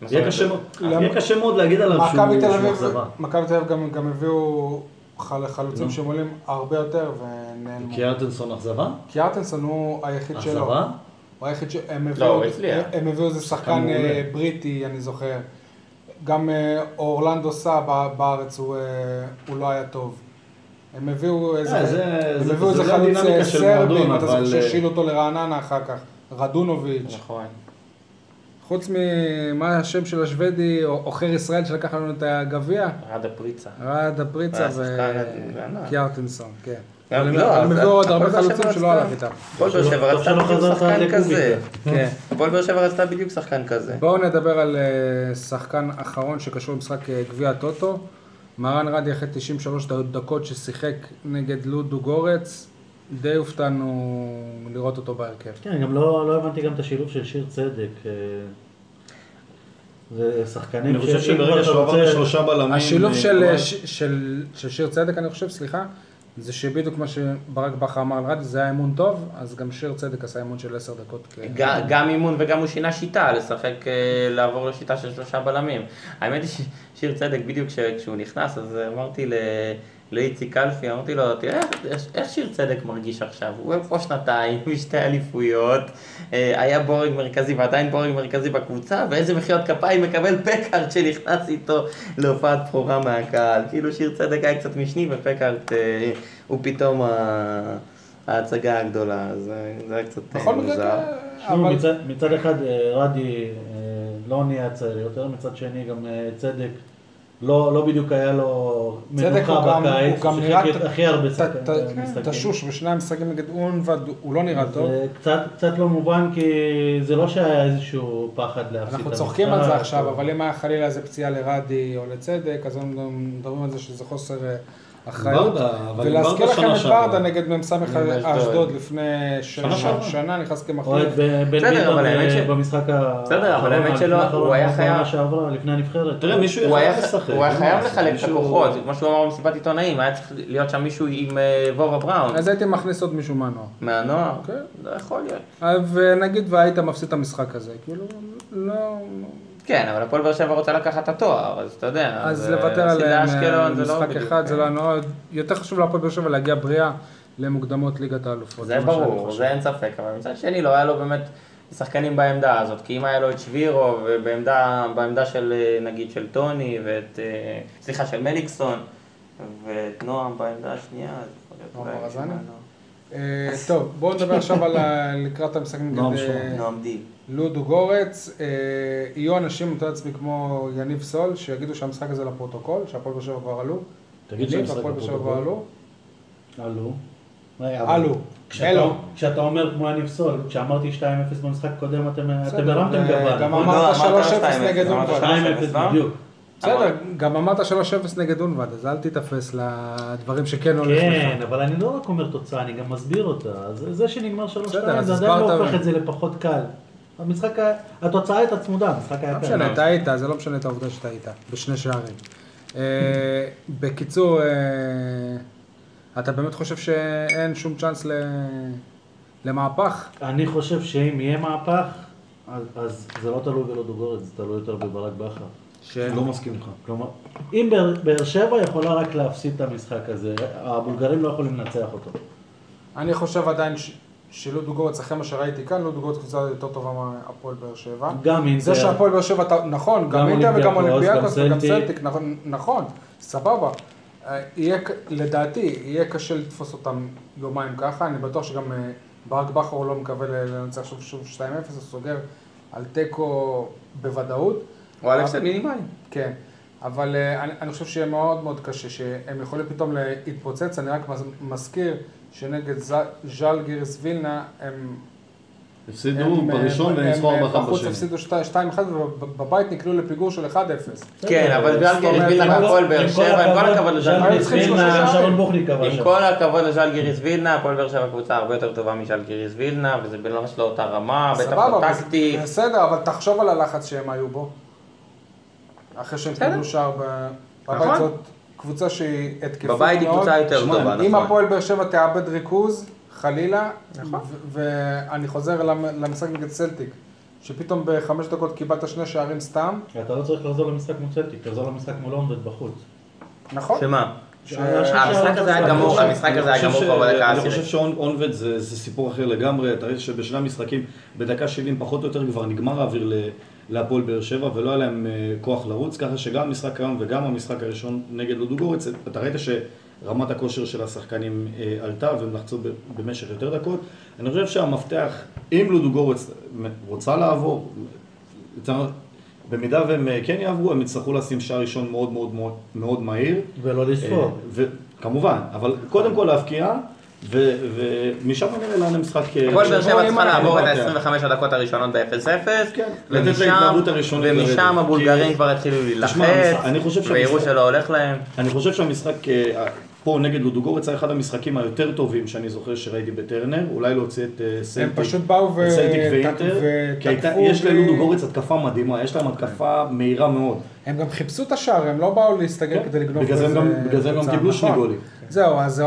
Speaker 4: מה זאת
Speaker 5: יהיה
Speaker 4: אומרת?
Speaker 5: קשה מאוד-
Speaker 2: למה?
Speaker 5: יהיה קשה מאוד להגיד עליו שהוא
Speaker 2: מכבי תל
Speaker 5: שהוא
Speaker 2: אביב,
Speaker 5: אכזבה.
Speaker 2: מכבי תל אביב גם- גם הביאו חל- חלוצים שהם עולים הרבה יותר ונעלמו.
Speaker 5: כי ארטנסון אכזבה?
Speaker 2: כי ארטנסון הוא היחיד שלו.
Speaker 5: אכזבה?
Speaker 2: הוא היחיד שהם
Speaker 4: לא,
Speaker 2: הביאו,
Speaker 4: הוא הצליח.
Speaker 2: הם הביאו איזה שחקן
Speaker 5: מעולה.
Speaker 2: אה, בריטי, אני זוכר. גם אה, אורלנדו סע ב- בארץ, הוא, אה, הוא לא היה טוב. הם הביאו איזה,
Speaker 5: אה, זה-
Speaker 2: הם
Speaker 5: זה-
Speaker 2: הביאו
Speaker 5: זה
Speaker 2: איזה
Speaker 5: לא
Speaker 2: חלוץ
Speaker 5: הדינמיקה
Speaker 2: אה,
Speaker 5: של
Speaker 2: סרבי,
Speaker 5: מועדון,
Speaker 2: אם אתה זוכר
Speaker 5: אבל, אה,
Speaker 2: שהשאילו אותו לרעננה אחר כך, רדונוביץ'.
Speaker 4: נכון.
Speaker 2: חוץ ממה השם של השוודי, או- עוכר ישראל שלקח לנו את הגביע,
Speaker 4: עד הפריצה.
Speaker 2: רד
Speaker 4: אה,
Speaker 2: הפריצה
Speaker 4: והשחקן ענק.
Speaker 2: וקיארטנסון, כן.
Speaker 4: לא,
Speaker 2: אבל הם-
Speaker 4: לא,
Speaker 2: הם
Speaker 4: אז
Speaker 2: הביאו עוד
Speaker 4: הפועל
Speaker 2: הרבה
Speaker 4: באר שבע
Speaker 2: חלוצים שלא
Speaker 4: רצתה-
Speaker 2: הלך איתם.
Speaker 4: הפועל באר שבע
Speaker 3: טוב
Speaker 4: רצתה
Speaker 3: שלא
Speaker 4: בדיוק
Speaker 3: חזרת
Speaker 4: שחקן
Speaker 3: לקוביצה.
Speaker 4: כזה.
Speaker 2: כן.
Speaker 4: הפועל באר שבע רצתה בדיוק שחקן כזה.
Speaker 2: בואו נדבר על אה, שחקן אחרון שקשור למשחק אה, גביע הטוטו. מרן רדי אחרי 93 דקות ששיחק נגד לודו גורץ, די הופתענו לראות אותו בהרכב.
Speaker 3: כן, גם לא, לא הבנתי גם את השילוב של שיר צדק. אה, זה שחקנים
Speaker 5: אני חושב
Speaker 3: שאם כבר
Speaker 5: שברגע
Speaker 3: אתה
Speaker 5: שהוא עבר
Speaker 3: רוצה-
Speaker 5: לשלושה בלמים...
Speaker 2: השילוב
Speaker 5: אה,
Speaker 2: של,
Speaker 5: כבר-
Speaker 2: אה, ש- של, של שיר צדק, אני חושב, סליחה, זה שבדיוק מה שברק בכר אמר על רדי, זה היה אימון טוב, אז גם שיר צדק עשה אימון של 10 דקות. כן. כ-
Speaker 4: ג- גם אימון וגם הוא שינה שיטה, לשחק, אה, לעבור לשיטה של שלושה בלמים. האמת היא ששיר צדק, בדיוק כש- כשהוא נכנס, אז אמרתי ל- לאיציק אלפי, אמרתי לו, תראה איך- איך שיר צדק מרגיש עכשיו, הוא פה שנתיים, [laughs] עם שתי אליפויות, אה, היה בורג מרכזי ועדיין בורג מרכזי בקבוצה, ואיזה מחיאות כפיים מקבל פקארט שנכנס איתו להופעת בכורה מהקהל. כאילו שיר צדק היה קצת משני, ופקארט אה, הוא פתאום ה- ההצגה הגדולה, אז, אה, זה היה קצת אה,
Speaker 2: בכל מקרה,
Speaker 4: מוזר.
Speaker 2: אה,
Speaker 3: תשמעו,
Speaker 2: אבל
Speaker 3: מצד, מצד אחד אה, רדי אה, לא נהיה צעיר יותר, מצד שני גם אה, צדק לא, לא בדיוק היה לו
Speaker 2: כן, צדק
Speaker 3: מנוחה
Speaker 2: הוא גם,
Speaker 3: בקיץ,
Speaker 2: הוא גם נראה
Speaker 3: שיחק
Speaker 2: ת-
Speaker 3: הכי הרבה
Speaker 2: ת-
Speaker 3: שחקנים,
Speaker 2: ת-
Speaker 3: אה,
Speaker 2: כן,
Speaker 3: משחקים.
Speaker 2: תשוש בשני המשחקים נגד אונבד, הוא לא נראה טוב.
Speaker 3: זה קצת, קצת לא מובן כי זה לא שהיה איזשהו פחד להפסיד את
Speaker 2: אנחנו צוחקים על
Speaker 3: המשחק,
Speaker 2: זה
Speaker 3: או-
Speaker 2: עכשיו, אבל אם היה חלילה איזה פציעה לרדי או לצדק, אז אנחנו מדברים על זה שזה חוסר אה, אחריות.
Speaker 5: ברדה, אבל
Speaker 2: ולהזכיר
Speaker 5: ברדה
Speaker 2: לכם
Speaker 5: שנה
Speaker 2: את ברדה
Speaker 5: שעברה.
Speaker 2: נגד מ"ס
Speaker 4: אשדוד.
Speaker 2: אשדוד לפני ש-
Speaker 5: שנה שעברה.
Speaker 2: שנה, נכנס
Speaker 3: או את
Speaker 2: כמחליף.
Speaker 3: בן
Speaker 4: בסדר,
Speaker 3: ביטון
Speaker 4: אבל
Speaker 3: אה,
Speaker 4: האמת ש-
Speaker 3: במשחק ה...
Speaker 4: בסדר, אבל האמת
Speaker 3: האחרון,
Speaker 4: שלא,
Speaker 3: לפני האחרון,
Speaker 4: הוא היה
Speaker 3: בעונה
Speaker 4: חייב-
Speaker 3: שעברה, לפני הנבחרת.
Speaker 5: תראה, מישהו
Speaker 4: הוא היה
Speaker 5: יחד
Speaker 4: ח-
Speaker 5: לשחק.
Speaker 4: הוא
Speaker 5: לא
Speaker 4: היה
Speaker 5: אין
Speaker 4: חייב
Speaker 5: מה לעשות,
Speaker 4: לחלק את
Speaker 5: מישהו-
Speaker 4: הכוחות, זה כמו שהוא אמר במסיבת עיתונאים, היה צריך להיות שם מישהו עם אה, וובה בראון,
Speaker 2: אז הייתי מכניס עוד מישהו מהנוער.
Speaker 4: מהנוער,
Speaker 2: כן.
Speaker 4: לא יכול להיות.
Speaker 2: אה, ונגיד והיית מפסיד את המשחק הזה, כאילו, לא...
Speaker 4: כן, אבל הפועל באר שבע רוצה לקחת את התואר, אז אתה יודע.
Speaker 2: אז
Speaker 4: אה,
Speaker 2: לוותר
Speaker 4: הפסיד
Speaker 2: עליהם
Speaker 4: לאשקלון
Speaker 2: אה,
Speaker 4: זה לא
Speaker 2: משחק
Speaker 4: בדיוק,
Speaker 2: אחד, זה
Speaker 4: כן.
Speaker 2: לא נורא. יותר חשוב להפועל באר שבע להגיע בריאה למוקדמות ליגת האלופות.
Speaker 4: זה
Speaker 2: מה שאני
Speaker 4: ברור,
Speaker 2: חושב.
Speaker 4: זה אין ספק, אבל מצד שני לא היה לו באמת שחקנים בעמדה הזאת, כי אם היה לו את שבירו, ובעמדה בעמדה של אה, נגיד של טוני, ואת, אה, סליחה, של מליקסון, ואת נועם בעמדה השנייה, אז יכול להיות
Speaker 2: נועם
Speaker 4: אולי מישהו
Speaker 2: ברזני?
Speaker 4: מהנוער.
Speaker 2: אה, טוב, בואו נדבר עכשיו על ה- לקראת המשחק נגד
Speaker 5: נועם
Speaker 2: אה,
Speaker 5: שוהם.
Speaker 4: נועם דיל.
Speaker 2: לודו גורץ. אה, יהיו אנשים, אני מתאר לעצמי, כמו יניב סול, שיגידו שהמשחק הזה לפרוטוקול, שהפועל באר שבע כבר עלו.
Speaker 5: תגיד
Speaker 2: יניב,
Speaker 5: שהמשחק
Speaker 2: הפועל באר שבע כבר
Speaker 5: לפרוטוקול.
Speaker 2: עלו.
Speaker 3: עלו. רגע, אבל-
Speaker 2: עלו.
Speaker 3: כשאתה-
Speaker 2: אלו.
Speaker 3: כשאתה אומר כמו אני אפסול, כשאמרתי 2-0 במשחק הקודם אתם אתם
Speaker 2: בסדר,
Speaker 3: הרמתם
Speaker 2: אה,
Speaker 3: גבה.
Speaker 2: גם
Speaker 3: נכון?
Speaker 4: לא,
Speaker 2: אמרת אה?
Speaker 4: אמרת
Speaker 2: 3-0
Speaker 4: 2-0,
Speaker 2: נגד
Speaker 4: אמרת
Speaker 2: אונבד.
Speaker 3: 2-0
Speaker 4: לא?
Speaker 3: בדיוק.
Speaker 2: בסדר, גם אמרת 3-0 נגד אונבד, אז אל תיתפס לדברים שכן הולך
Speaker 3: כן,
Speaker 2: לך.
Speaker 3: אבל אני לא רק אומר תוצאה, אני גם מסביר אותה. זה זה שנגמר 3-2
Speaker 2: בסדר,
Speaker 3: זה
Speaker 2: אז
Speaker 3: עדיין לא
Speaker 2: הסברת.
Speaker 3: הופך את זה לפחות קל. המשחק, ה- התוצאה הייתה צמודה, המשחק
Speaker 2: לא
Speaker 3: היה קל.
Speaker 2: משנה, טעית, זה לא משנה את העובדה שטעית, בשני שערים. אה, בקיצור, אה, אתה באמת חושב שאין שום צ'אנס ל- למהפך?
Speaker 3: אני חושב שאם יהיה מהפך, אז- אז זה לא תלוי בלודוגורץ, זה תלוי יותר בברק בכר.
Speaker 5: לא מסכים איתך.
Speaker 3: כלומר, אם באר- באר שבע יכולה רק להפסיד את המשחק הזה, הבולגרים לא יכולים לנצח אותו.
Speaker 2: אני חושב עדיין ש- שלודו גורץ, אחרי מה שראיתי כאן, לודו גורץ קבוצה יותר טובה מהפועל באר שבע.
Speaker 3: גם אם
Speaker 2: זה שהפועל באר שבע, אתה- נכון, גם
Speaker 3: גם
Speaker 2: אינטר וגם
Speaker 3: אולימפיאקוס,
Speaker 2: אולימפיאקוס
Speaker 3: גם
Speaker 2: וגם
Speaker 3: סלטיק.
Speaker 2: סלטיק, נכון, נכון, סבבה. אה, יהיה, ק- לדעתי, יהיה קשה לתפוס אותם יומיים ככה, אני בטוח שגם אה, ברק בכר הוא לא מקווה ל- לנצח שוב שוב 2-0, הוא סוגר על תיקו בוודאות,
Speaker 4: או על הפסד מינימלי.
Speaker 2: כן. אבל אה, אני, אני חושב שיהיה מאוד מאוד קשה, שהם יכולים פתאום להתפוצץ, אני רק מז- מזכיר שנגד ז- ז'אל גירס וילנה הם
Speaker 5: הפסידו
Speaker 2: הם,
Speaker 5: בראשון
Speaker 2: הם,
Speaker 5: וניצחו
Speaker 2: הם,
Speaker 5: ארבע אחת
Speaker 2: בחוץ
Speaker 5: בשני.
Speaker 2: הפסידו 2-1 ובבית נקלעו לפיגור של 1-0.
Speaker 4: כן, אבל
Speaker 2: זאת
Speaker 4: ז'אלגיריס
Speaker 2: אומרת,
Speaker 4: וילנה
Speaker 2: עם
Speaker 4: והפועל באר שבע, עם כל הכבוד
Speaker 2: היו
Speaker 4: לז'אלגיריס
Speaker 2: צריכים
Speaker 4: וילנה,
Speaker 2: שלושה
Speaker 3: וילנה,
Speaker 2: שערים.
Speaker 3: שרון בוכניק
Speaker 4: עם כל הכבוד לז'אלגיריס וילנה, הפועל באר שבע קבוצה הרבה יותר טובה מז'אלגיריס וילנה, וזה ממש לא אותה רמה, בטח לא
Speaker 2: סבבה,
Speaker 4: טקטית.
Speaker 2: בסדר, אבל תחשוב על הלחץ שהם היו בו. אחרי שהם
Speaker 4: בסדר.
Speaker 2: קיבלו שער ב-
Speaker 4: נכון.
Speaker 2: בבית זאת קבוצה שהיא התקפית מאוד.
Speaker 4: בבית היא קבוצה יותר
Speaker 5: שמע,
Speaker 4: טובה,
Speaker 2: אם
Speaker 4: נכון.
Speaker 2: הפועל באר שבע תאבד ריכוז, חלילה, ו- ואני חוזר למ- למשחק נגד סלטיק, שפתאום בחמש דקות קיבלת שני שערים סתם,
Speaker 3: אתה לא צריך לחזור למשחק מול צלטיק, תחזור למשחק מול אונבד בחוץ.
Speaker 2: נכון?
Speaker 4: שמה? אה,
Speaker 2: ש-
Speaker 4: המשחק הזה היה גמור,
Speaker 5: לא אני
Speaker 4: המשחק הזה
Speaker 5: חושב
Speaker 4: היה גמור
Speaker 5: ש-
Speaker 4: כבר בדקה
Speaker 5: אני חושב
Speaker 4: העשירית.
Speaker 5: שאונבד זה זה סיפור אחר לגמרי, אתה רואה שבשני המשחקים, בדקה 70 פחות או יותר כבר נגמר האוויר ל- להפועל באר שבע ולא היה להם אה, כוח לרוץ, ככה שגם המשחק היום וגם המשחק הראשון נגד לודוגורץ, אתה ראית שרמת הכושר של השחקנים אה, עלתה והם לחצו ב- במשך יותר דקות. אני חושב שהמפתח, אם לודוגורץ רוצה לעבור, אתה- במידה והם אה, כן יעברו, הם יצטרכו לשים שער ראשון מאוד מאוד מאוד- מאוד מהיר.
Speaker 3: ולא לספוג.
Speaker 5: אה, ו- כמובן, אבל קודם כל להבקיע, ו- ומשם נראה לאן המשחק... אה,
Speaker 4: הפועל באר שבע
Speaker 2: בואו,
Speaker 4: צריכה
Speaker 2: אם אנחנו-
Speaker 4: לעבור את
Speaker 5: אוקיי.
Speaker 4: ה-25 הדקות הראשונות ב-0-0,
Speaker 5: כן, לתת
Speaker 4: ומשם
Speaker 5: להתנהגות הראשונית
Speaker 4: ומשם
Speaker 5: לרדת.
Speaker 4: הבולגרים
Speaker 5: כי-
Speaker 4: כבר התחילו
Speaker 5: תשמע,
Speaker 4: להילחץ,
Speaker 5: אני חושב
Speaker 4: ויראו
Speaker 5: שהמשחק-
Speaker 4: שלא הולך להם.
Speaker 5: אני חושב שהמשחק אה, פה נגד לודוגורץ היה אחד המשחקים היותר טובים שאני זוכר שראיתי בטרנר, אולי להוציא את אה,
Speaker 2: הם
Speaker 5: סלטיק.
Speaker 2: פשוט באו ו-
Speaker 5: את סלטיק ואינטר,
Speaker 2: ותק-
Speaker 5: כי הייתה-
Speaker 2: ותקפו
Speaker 5: יש
Speaker 2: בלי-
Speaker 5: ללודוגורץ התקפה מדהימה, יש להם התקפה מהירה מאוד.
Speaker 2: הם גם חיפשו את השער, הם לא באו להסתגר
Speaker 5: כן.
Speaker 2: כדי לגנוב
Speaker 5: בגלל זה הם
Speaker 2: איזה
Speaker 5: גם- בגלל זה הם גם
Speaker 2: תוצאה,
Speaker 5: קיבלו שני
Speaker 2: נכון.
Speaker 5: גולים.
Speaker 2: זהו, אז זה-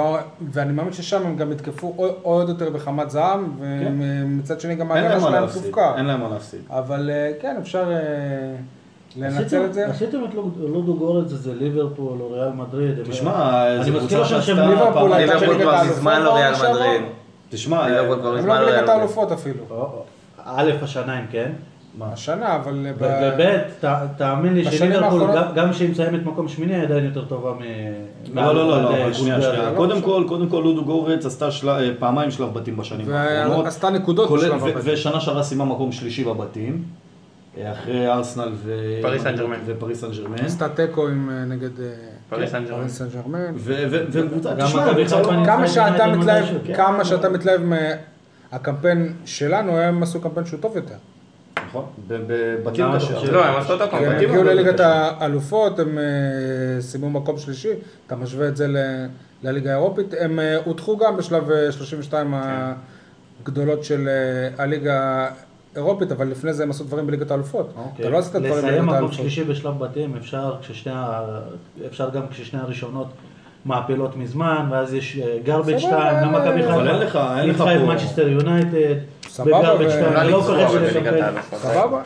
Speaker 2: ואני מאמין ששם הם גם יתקפו עוד- עוד יותר בחמת זעם, ומצד שני גם
Speaker 5: כן. אין
Speaker 2: ההגנה
Speaker 5: להם מה
Speaker 2: שלהם
Speaker 5: להפסיד,
Speaker 2: תופקע.
Speaker 5: אין להם מה להפסיד.
Speaker 2: אבל אה, כן, אפשר אה, לנצל את זה.
Speaker 3: עשיתם- עשיתם את לוד- לודוגורץ, זה ליברפול או ריאל מדריד. הם-
Speaker 5: תשמע,
Speaker 3: אני
Speaker 5: זו
Speaker 3: מזכיר
Speaker 5: קבוצה
Speaker 3: לכם
Speaker 5: שעשתה
Speaker 3: שהם
Speaker 2: ליברפול
Speaker 5: פעמיים-
Speaker 2: הייתה
Speaker 4: ליברפול
Speaker 2: בליגת
Speaker 4: כבר
Speaker 2: האלופות
Speaker 4: מזמן לא
Speaker 2: בעונה
Speaker 4: ריאל
Speaker 2: שעברה.
Speaker 4: מדריד.
Speaker 5: תשמע, אה,
Speaker 4: ליברפול כבר
Speaker 2: הם
Speaker 4: מזמן
Speaker 2: לא
Speaker 4: לא
Speaker 2: בליגת
Speaker 4: ריאל מדריד.
Speaker 2: האלופות אפילו.
Speaker 3: א', השנה אם כן.
Speaker 2: השנה, אבל... אה, ב-
Speaker 3: וב', ת- תאמין לי
Speaker 2: בשנים
Speaker 3: שליברפול,
Speaker 2: האחרונות-
Speaker 3: גם- גם כשהיא מסיימת מקום שמיני, היא עדיין יותר טובה מ...
Speaker 5: לא, לא, לא, לא, אבל
Speaker 3: מאלופת,
Speaker 5: שנייה,
Speaker 3: אה,
Speaker 5: שנייה.
Speaker 2: לא
Speaker 5: קודם
Speaker 2: חשוב.
Speaker 5: כל, קודם כל לודו גורץ עשתה של- אה, פעמיים שלב בתים בשנים האחרונות.
Speaker 2: ועשתה נקודות
Speaker 5: כולל-
Speaker 2: בשלב
Speaker 5: ו-
Speaker 2: הבא.
Speaker 5: ושנה שעברה סיימה מקום שלישי בבתים, אה, אחרי ארסנל ו-
Speaker 4: פריס סן ג'רמן.
Speaker 5: ופריס סן ג'רמן.
Speaker 2: עשתה תיקו עם, אה, נגד אה,
Speaker 4: פריס סן ג'רמן.
Speaker 2: פריס סן ג'רמן.
Speaker 5: ו- ו- והם קבוצה,
Speaker 3: גם
Speaker 5: תשמע,
Speaker 3: מכבי
Speaker 5: הם קבוצה לא-
Speaker 3: חיפה
Speaker 2: כמה שאתה
Speaker 3: נגד
Speaker 2: מתלהב,
Speaker 3: משהו, כן.
Speaker 2: כמה שאתה מתלהב מהקמפיין שלנו, הם עשו קמפיין שהוא טוב יותר.
Speaker 5: נכון, בבתים
Speaker 3: למה
Speaker 5: קשה.
Speaker 3: אתה חושב?
Speaker 5: אבל-
Speaker 4: לא, הם עשו אותו
Speaker 2: הם
Speaker 5: כן,
Speaker 4: קמפיין.
Speaker 5: בתים
Speaker 2: הגיעו
Speaker 5: הרבה
Speaker 2: לליגת
Speaker 5: יותר
Speaker 2: האלופות, הם אה, סיימו מקום שלישי, אתה משווה את זה ל- לליגה האירופית, הם אה, הודחו גם בשלב אה, 32 הגדולות של אה, הליגה האירופית, אבל לפני זה הם עשו דברים בליגת האלופות.
Speaker 3: אוקיי.
Speaker 2: אתה לא עשית דברים
Speaker 3: לסיים
Speaker 2: בליגת
Speaker 3: מקום
Speaker 2: האלופות.
Speaker 3: שלישי בשלב בתים, אפשר, כששני ה- אפשר גם כששני הראשונות מעפילות מזמן, ואז יש אה,
Speaker 2: סבבה,
Speaker 3: garbage 2, גם
Speaker 2: אה,
Speaker 3: מכבי חיפה.
Speaker 5: אבל אין לך- אין לך
Speaker 3: ניצחה את
Speaker 5: פה-
Speaker 3: מנצ'סטר יונייטד,
Speaker 2: סבבה, ו-
Speaker 3: בגרבג' 2,
Speaker 4: לא
Speaker 3: אני לא
Speaker 4: ניצחו
Speaker 3: מפחד
Speaker 4: אבל בליגת
Speaker 3: שלפחד.
Speaker 4: האלופות.
Speaker 2: סבבה?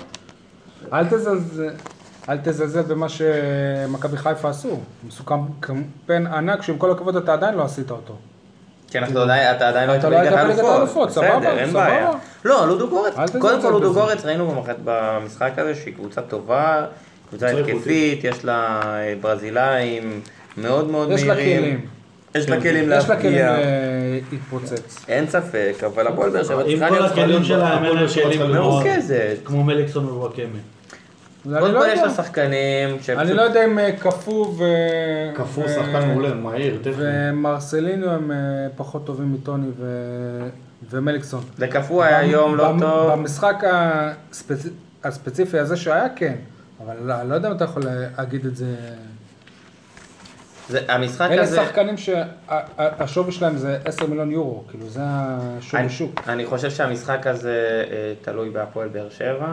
Speaker 2: אל תזלזל. אל תזלזל במה שמכבי חיפה עשו, הם עשו קמפיין ענק שעם כל הכבוד אתה עדיין לא עשית אותו.
Speaker 4: כי כן, אנחנו עדיין, אתה עדיין לא היית
Speaker 2: אתה לא היית
Speaker 4: בליגת
Speaker 2: בליגת
Speaker 4: האלופות.
Speaker 2: האלופות, סבבה,
Speaker 4: בסדר, אין
Speaker 2: סבבה.
Speaker 4: בעיה. לא, לודו גורץ,
Speaker 2: אל תזלזל
Speaker 4: קודם כל לודו
Speaker 2: בזה.
Speaker 4: גורץ ראינו במח- במשחק הזה שהיא קבוצה טובה, קבוצה
Speaker 5: קבוצה
Speaker 4: התקפית, יש לה אה, ברזילאים מאוד מאוד
Speaker 2: יש לה
Speaker 4: מהירים.
Speaker 2: כלים.
Speaker 4: יש
Speaker 3: כן.
Speaker 4: לה כלים
Speaker 2: יש לה כלים
Speaker 4: להפגיע.
Speaker 2: אה, להתפוצץ.
Speaker 4: אין ספק, אבל הפועל באר שבע
Speaker 3: עם
Speaker 4: צריכה
Speaker 3: כל
Speaker 4: להיות
Speaker 3: הכלים שלהם, אין
Speaker 5: הפועל
Speaker 3: להם
Speaker 5: באר שבע
Speaker 3: כלים
Speaker 5: צריכה
Speaker 3: מאוד-
Speaker 4: מרוכזת.
Speaker 3: כמו מליקסון וואקמה.
Speaker 2: אני
Speaker 4: קודם
Speaker 2: לא
Speaker 4: כל יש
Speaker 2: יודע.
Speaker 4: לה שחקנים
Speaker 2: אני לא יודע אם אה, קפוא ו...
Speaker 5: קפוא,
Speaker 2: ו-
Speaker 5: שחקן מעולה, מהיר, טכני.
Speaker 2: ומרסלינו הם אה, פחות טובים מטוני ו- ומליקסון.
Speaker 4: לקפוא היה יום לא
Speaker 2: במ-
Speaker 4: טוב.
Speaker 2: במשחק הספצ- הספציפי הזה שהיה, כן. אבל לא- לא יודע אם אתה יכול להגיד את זה.
Speaker 4: זה- המשחק
Speaker 2: אלה
Speaker 4: הזה...
Speaker 2: שחקנים שהשווי שלהם זה 10 מיליון יורו, כאילו זה השווי
Speaker 4: אני-
Speaker 2: שוק.
Speaker 4: אני חושב שהמשחק הזה אה, תלוי בהפועל באר שבע,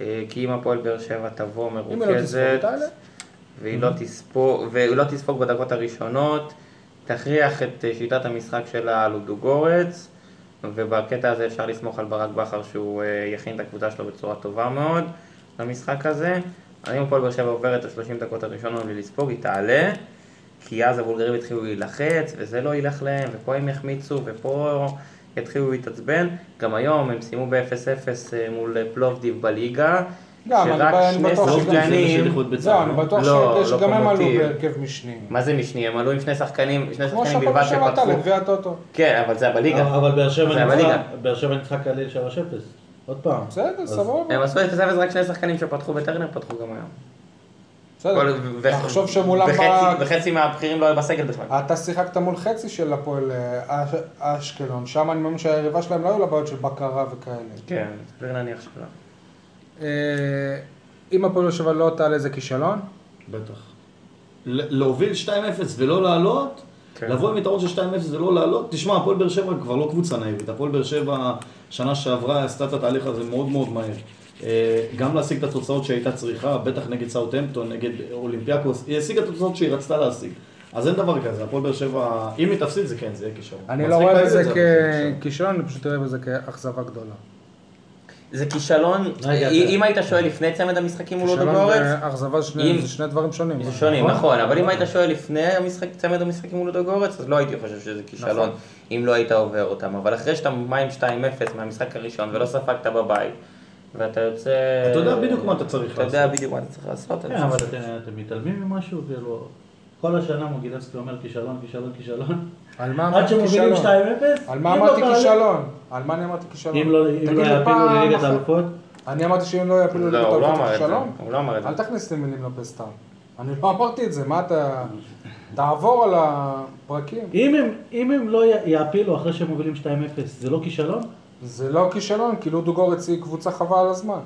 Speaker 4: אה, כי אם הפועל באר שבע תבוא
Speaker 2: אם היא לא תספוג,
Speaker 4: מרוכזת,
Speaker 2: תעלה.
Speaker 4: והיא לא תספוג, והיא לא תספוג בדקות הראשונות, תכריח את אה, שיטת המשחק שלה על לודוגורץ, ובקטע הזה אפשר לסמוך על ברק בכר שהוא אה, יכין את הקבוצה שלו בצורה טובה מאוד למשחק הזה. אז אם הפועל באר שבע עוברת את ה-30 דקות הראשונות בלי לספוג, היא תעלה, כי אז הבולגרים יתחילו להילחץ, וזה לא ילך להם, ופה הם יחמיצו, ופה יתחילו להתעצבן. גם היום הם סיימו ב-0-0 אה, מול אה, פלובדיב בליגה,
Speaker 2: גם, אני
Speaker 4: שרק
Speaker 2: בא- אני
Speaker 4: שני
Speaker 2: בטוח שגם-
Speaker 4: שחקנים...
Speaker 2: זהו, אני בטוח
Speaker 4: לא, לא
Speaker 2: שגם הם עלו
Speaker 4: קומוטיב.
Speaker 2: בהרכב משני.
Speaker 4: מה זה משני? הם עלו עם שני שחקנים, שני
Speaker 2: כמו
Speaker 4: שחקנים
Speaker 2: שהפועל
Speaker 4: בלבד
Speaker 2: שם אה, עלתה
Speaker 4: שפתחו.
Speaker 2: לגביע הטוטו.
Speaker 4: כן, אבל זה
Speaker 3: אבל
Speaker 4: בליגה.
Speaker 3: אבל באר
Speaker 4: זה
Speaker 3: שבע
Speaker 4: בליגה.
Speaker 3: ניצחה, באר שבע ניצחה כליל 3-0. עוד פעם.
Speaker 2: בסדר, סבבה.
Speaker 4: הם עשו 0-0 רק שני שחקנים שפתחו בטרנר פתחו גם היום.
Speaker 2: בסדר.
Speaker 4: כל- ו-
Speaker 2: תחשוב לא. שמולם אה.
Speaker 4: וחצי-
Speaker 2: ברק,
Speaker 4: וחצי מהבכירים לא היו בסגל בכלל.
Speaker 2: אתה שיחקת מול חצי של הפועל אה, אש- אשקלון, שם אני מאמין שהיריבה שלהם לא היו לה בעיות של בקרה וכאלה.
Speaker 4: כן, סביר להניח שלא.
Speaker 2: אה, אם הפועל יושב לא תעלה זה כישלון,
Speaker 5: בטח. ל- להוביל 2-0 ולא לעלות,
Speaker 4: כן.
Speaker 5: לבוא עם יתרון של 2-0 ולא לעלות, תשמע, הפועל באר שבע כבר לא קבוצה נאיבית, הפועל באר שבע שנה שעברה עשתה את התהליך הזה מאוד מאוד מהר. אה, אה, גם להשיג את התוצאות שהייתה צריכה, בטח נגד סאוטהמפטון, נגד אולימפיאקוס, היא השיגה את התוצאות שהיא רצתה להשיג. אז אין דבר כזה, הפועל באר שבע, אם היא תפסיד זה כן, זה יהיה כישרון.
Speaker 2: אני לא
Speaker 5: מצחיק
Speaker 2: רואה
Speaker 5: להגיד
Speaker 2: בזה
Speaker 5: את זה, אבל זה יהיה כישרון.
Speaker 2: ככישלון, אני פשוט רואה בזה כאכזבה גדולה.
Speaker 4: זה כישלון,
Speaker 3: רגע,
Speaker 4: אם
Speaker 3: אתה-
Speaker 4: אם היית שואל לפני צמד המשחקים
Speaker 3: לא
Speaker 4: מול הודו
Speaker 2: כישלון
Speaker 4: גורץ,
Speaker 2: ואכזבה זה
Speaker 4: אם-
Speaker 2: שני- זה שני דברים שונים.
Speaker 4: זה שונים, נכון, אבל אם היית שואל לפני המשחק, צמד המשחקים מול לודוגורץ, אז לא הייתי חושב שזה כישלון, אם לא היית עובר אותם, אבל אחרי שאתה מים 2-0 מהמשחק הראשון ולא ספגת בבית, ואתה יוצא...
Speaker 5: אתה יודע בדיוק מה אתה צריך
Speaker 4: אתה יודע בדיוק מה אתה צריך לעשות. אני
Speaker 3: כן, אבל
Speaker 4: חושב
Speaker 3: אתם אתם מתעלמים ממשהו, כאילו, כל השנה מוגילבסקי אומר כישלון, כישלון, כישלון,
Speaker 2: על מה
Speaker 3: עד
Speaker 2: אמרתי
Speaker 3: שמובילים 2-0,
Speaker 2: כישלון? על מה
Speaker 3: אם לא
Speaker 2: אמרתי
Speaker 3: תעלה-
Speaker 2: כישלון? על מה אני אמרתי כישלון?
Speaker 3: אם לא אם לא
Speaker 2: תגיד לי
Speaker 3: יעפילו
Speaker 2: פעם
Speaker 3: לליגת
Speaker 2: אחת.
Speaker 3: האלופות,
Speaker 2: אני אמרתי שאם לא יפילו
Speaker 4: לא,
Speaker 2: ליגת
Speaker 4: הוא לא
Speaker 2: האלופות
Speaker 4: אמר את
Speaker 2: כישלון?
Speaker 4: זה, הוא לא אמר את זה.
Speaker 2: אל תכניס לי מילים לפה סתם. אני לא אמרתי את זה, מה אתה... תעבור על הפרקים.
Speaker 3: אם הם- אם הם לא י- יעפילו אחרי שהם מובילים 2-0, זה לא כישלון?
Speaker 2: זה לא כישלון, כי לודו גורץ היא קבוצה חבל על הזמן.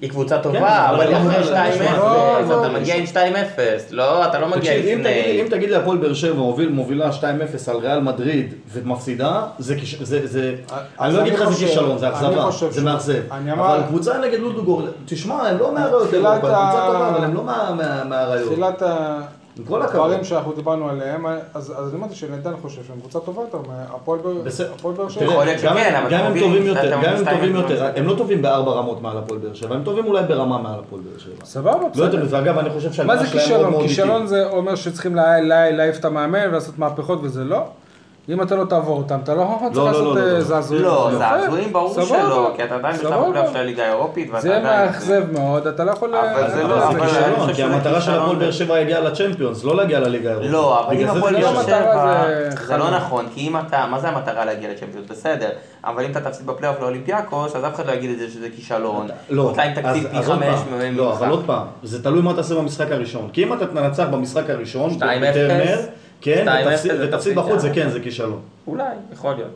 Speaker 4: היא קבוצה
Speaker 3: אבל
Speaker 4: טובה, אבל
Speaker 3: לא
Speaker 4: אחרי
Speaker 3: מגיע
Speaker 4: 2-0,
Speaker 2: לא,
Speaker 4: אז
Speaker 2: לא,
Speaker 4: אתה
Speaker 2: לא.
Speaker 4: מגיע עם 2-0, לא, אתה לא מגיע
Speaker 5: תקשיב, אם תגיד-
Speaker 4: לפני.
Speaker 5: אם תגיד להפועל באר שבע הוביל- מובילה 2-0 על ריאל מדריד ומפסידה, זה כיש- זה- זה- אני
Speaker 2: אה, אז
Speaker 5: לא אגיד
Speaker 2: אני
Speaker 5: לך זה
Speaker 2: חושב-
Speaker 5: כישלון, זה
Speaker 2: אני
Speaker 5: אכזבה,
Speaker 2: חושב
Speaker 5: זה
Speaker 2: ש-
Speaker 5: מאכזב.
Speaker 2: אני
Speaker 5: אבל
Speaker 2: אמר-
Speaker 5: קבוצה נגד לודוגור, תשמע, הם לא מהראיות
Speaker 2: תחילת
Speaker 5: אירופה,
Speaker 2: ה-
Speaker 5: קבוצה טובה, אבל הם לא מה- מה- מהראיות.
Speaker 2: תחילת
Speaker 5: עם כל הכבוד.
Speaker 2: הדברים שאנחנו דיברנו עליהם, אז אז אני אמרתי שנתן חושב שהם קבוצה טובה יותר מהפועל באר-
Speaker 5: בסדר.
Speaker 2: הפועל באר שבע.
Speaker 5: תראה,
Speaker 4: יכול להיות
Speaker 5: גם-
Speaker 4: שכן, אבל
Speaker 5: גם
Speaker 4: אתה
Speaker 5: הם
Speaker 4: מוביל,
Speaker 5: טובים
Speaker 4: אתה
Speaker 5: יותר, גם
Speaker 4: מוביל
Speaker 5: הם טובים
Speaker 4: שתיים,
Speaker 5: יותר,
Speaker 4: אתה
Speaker 5: הם לא טובים בארבע רמות מעל הפועל באר שבע, הם טובים אולי ברמה מעל הפועל באר שבע.
Speaker 2: סבבה,
Speaker 5: לא יותר
Speaker 2: בסדר.
Speaker 5: מזה, אגב, אני חושב
Speaker 2: מה
Speaker 5: שהגנה
Speaker 2: זה
Speaker 5: שלהם מאוד
Speaker 2: כישלון?
Speaker 5: מאוד איטית.
Speaker 2: כישלון זה אומר שצריכים לה- לה- להעיף את המאמן ולעשות מהפכות וזה לא. אם אתה לא תעבור אותם, אתה לא
Speaker 5: לא,
Speaker 2: צריך
Speaker 5: לא,
Speaker 2: לעשות
Speaker 5: לא, לא,
Speaker 2: אה,
Speaker 5: לא.
Speaker 2: זעזועים.
Speaker 4: לא,
Speaker 2: יפה.
Speaker 4: זעזועים ברור
Speaker 2: סבבה.
Speaker 4: שלא, כי אתה עדיין בשלב
Speaker 2: סבבה.
Speaker 4: מוקדם של הליגה האירופית, ואתה
Speaker 2: זה
Speaker 4: עדיין...
Speaker 2: מאכזב מאוד, אתה לא יכול...
Speaker 4: אבל
Speaker 2: אתה
Speaker 4: זה
Speaker 2: לא
Speaker 4: לא-
Speaker 2: יכול-
Speaker 5: זה
Speaker 4: אבל אני
Speaker 5: כישלון,
Speaker 4: חושב
Speaker 5: כי
Speaker 4: שזה
Speaker 5: המטרה של
Speaker 4: כישלון.
Speaker 5: הפועל באר שבע הגיעה לצ'מפיונס, לא להגיע לליגה האירופית.
Speaker 4: לא, אבל אם
Speaker 5: בגלל זה אה,
Speaker 4: הפועל
Speaker 5: זה
Speaker 4: באר
Speaker 5: כישלון.
Speaker 2: המטרה
Speaker 4: שבע,
Speaker 2: זה
Speaker 4: זה
Speaker 2: חלום.
Speaker 4: לא נכון, כי אם אתה, מה זה המטרה להגיע לצ'מפיונס? בסדר, אבל אם אתה תפסיד בפלייאוף לאולימפיאקוס, אז אף אחד לא יגיד את זה שזה כישלון.
Speaker 5: לא,
Speaker 4: אתה עם תקציב
Speaker 5: אז-
Speaker 4: פי
Speaker 5: אז עוד
Speaker 4: חמש
Speaker 5: פעם,
Speaker 4: ממך.
Speaker 5: לא, אבל עוד פעם, זה תלוי מה תעשה במשחק הראשון. כי אם אתה תנצח במשחק הראשון,
Speaker 4: 2-0,
Speaker 5: בטרנר, כן,
Speaker 4: 2-0,
Speaker 5: ותפסיד- ותפסיד
Speaker 4: ותפסיד
Speaker 5: בחוץ, זה
Speaker 4: גם.
Speaker 5: כן, זה כישלון.
Speaker 4: אולי, יכול להיות.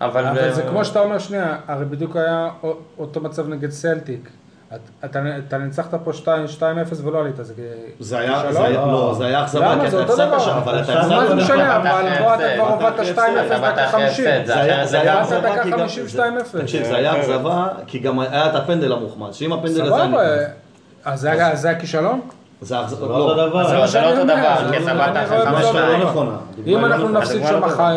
Speaker 4: אבל... אה,
Speaker 2: אבל זה כמו שאתה אומר שנייה, הרי בדיוק היה א- אותו מצב נגד סלטיק. את- אתה אתה ניצחת פה 2-0 ולא עלית, זה כ-
Speaker 5: זה היה, זה
Speaker 2: כישלון?
Speaker 5: היה- לא, זה היה אכזבה,
Speaker 2: למה?
Speaker 5: כי
Speaker 2: זה
Speaker 5: אתה
Speaker 2: אותו
Speaker 5: הפסדת
Speaker 2: דבר.
Speaker 5: שם, אבל אתה
Speaker 3: אז
Speaker 2: אז מה זה
Speaker 5: הפסדת
Speaker 2: משנה,
Speaker 5: שם.
Speaker 4: אתה
Speaker 2: אבל
Speaker 4: אחרי
Speaker 2: פה
Speaker 4: הפסד,
Speaker 2: אתה כבר
Speaker 4: אתה
Speaker 2: הובלת
Speaker 5: אחרי
Speaker 2: 2-0
Speaker 5: הפסד,
Speaker 4: אתה
Speaker 2: דקה
Speaker 4: אחרי
Speaker 2: 50.
Speaker 4: הפסד, זה
Speaker 5: זה היה-
Speaker 4: אחרת,
Speaker 5: זה היה
Speaker 4: גם-
Speaker 2: אחרת.
Speaker 5: אכזבה,
Speaker 2: דקה
Speaker 5: כי גם-
Speaker 2: 52-0.
Speaker 5: זה- תקשיב, זה היה אכזבה, כי גם היה את הפנדל המוחמד, שאם הפנדל הזה... היה
Speaker 2: כן. סבבה, אה,
Speaker 5: נכנס-
Speaker 2: אז זה היה- זה היה כישלון?
Speaker 5: זה אכזבה,
Speaker 3: לא אותו
Speaker 5: לא.
Speaker 3: דבר.
Speaker 4: לא, זה לא
Speaker 2: אני
Speaker 4: אותו
Speaker 2: אומר,
Speaker 4: דבר,
Speaker 2: זה
Speaker 4: כי
Speaker 2: לא-
Speaker 4: סבבה,
Speaker 2: אני
Speaker 4: אחרי
Speaker 2: רואה
Speaker 4: חמש
Speaker 2: בזה
Speaker 5: הדוגמה
Speaker 4: שתיים.
Speaker 5: לא נכונה.
Speaker 2: אם אנחנו נפסיד
Speaker 4: הדוגמה
Speaker 2: שם
Speaker 4: לא טובה.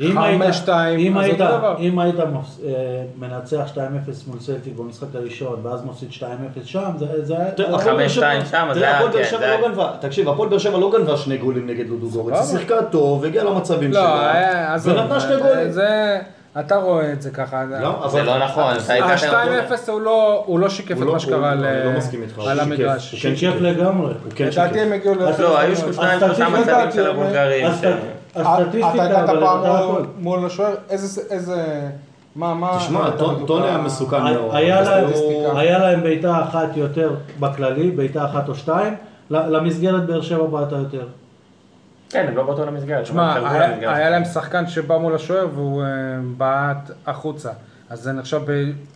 Speaker 3: אם היית-
Speaker 2: 5-2,
Speaker 3: אם
Speaker 2: אז
Speaker 3: היית-
Speaker 2: אותו דבר.
Speaker 3: אם היית מפס- אה, מנצח 2-0 מול סלטיק במשחק הראשון, ואז מפסיד 2-0 שם, זה- זה היה...
Speaker 5: תראה, הפועל
Speaker 4: חמש,
Speaker 5: באר שבע-
Speaker 4: שתיים שם,
Speaker 5: תראה,
Speaker 4: זה היה-
Speaker 5: הפועל באר
Speaker 4: כן,
Speaker 5: שבע
Speaker 4: זה היה-
Speaker 5: לא גנבה, תקשיב, הפועל באר שבע לא גנבה שני גולים נגד לודו גורץ, היא
Speaker 2: סבבה.
Speaker 5: שיחקה טוב, הגיעה למצבים
Speaker 2: לא,
Speaker 5: שלה,
Speaker 2: היה- עזוב,
Speaker 5: ונתנה שני
Speaker 2: זה-
Speaker 5: גולים.
Speaker 2: זה- אתה רואה את זה ככה.
Speaker 5: גם, אבל-
Speaker 4: זה לא נכון, אתה
Speaker 2: אה,
Speaker 4: היית...
Speaker 2: ה-2-0 הוא לא- הוא לא שיקף
Speaker 5: הוא
Speaker 2: את
Speaker 5: לא-
Speaker 2: מה שקרה
Speaker 5: הוא-
Speaker 2: ל-
Speaker 5: אני לא מסכים איתך, הוא
Speaker 2: על
Speaker 5: שיקף.
Speaker 2: המגרש.
Speaker 5: הוא כן
Speaker 3: שיקף לגמרי.
Speaker 5: הוא כן
Speaker 2: לדעתי
Speaker 5: שיקף.
Speaker 2: הם הגיעו ל...
Speaker 4: לא, היו שניים שלושה
Speaker 3: הסטטיסטיקה-
Speaker 4: מצבים
Speaker 5: אה,
Speaker 4: של הבולגרים.
Speaker 3: הסט-
Speaker 4: ש-
Speaker 2: אה, אתה
Speaker 3: הסטטיסטיקה,
Speaker 2: הגעת פעם
Speaker 3: אבל
Speaker 5: לא
Speaker 3: אתה
Speaker 2: מול-
Speaker 3: הכל.
Speaker 2: מול השוער, איזה- איזה... מה, מה... אה,
Speaker 5: תשמע,
Speaker 2: אתה
Speaker 5: טון-
Speaker 2: בדיוק
Speaker 5: טוני
Speaker 2: ה-
Speaker 5: היה מסוכן
Speaker 2: לא-
Speaker 5: מאוד.
Speaker 3: אה, היה להם-
Speaker 2: הסטטיסטיקה.
Speaker 3: היה להם בעיטה אחת יותר בכללי, בעיטה אחת או שתיים, ל- למסגרת באר שבע בעטה יותר.
Speaker 4: כן, הם לא באותו למסגרת.
Speaker 2: תשמע,
Speaker 4: הם
Speaker 2: היה-
Speaker 4: התקרבו למסגרת.
Speaker 2: היה להם שחקן שבא מול השוער והוא אה, בעט החוצה. אז זה נחשב ב...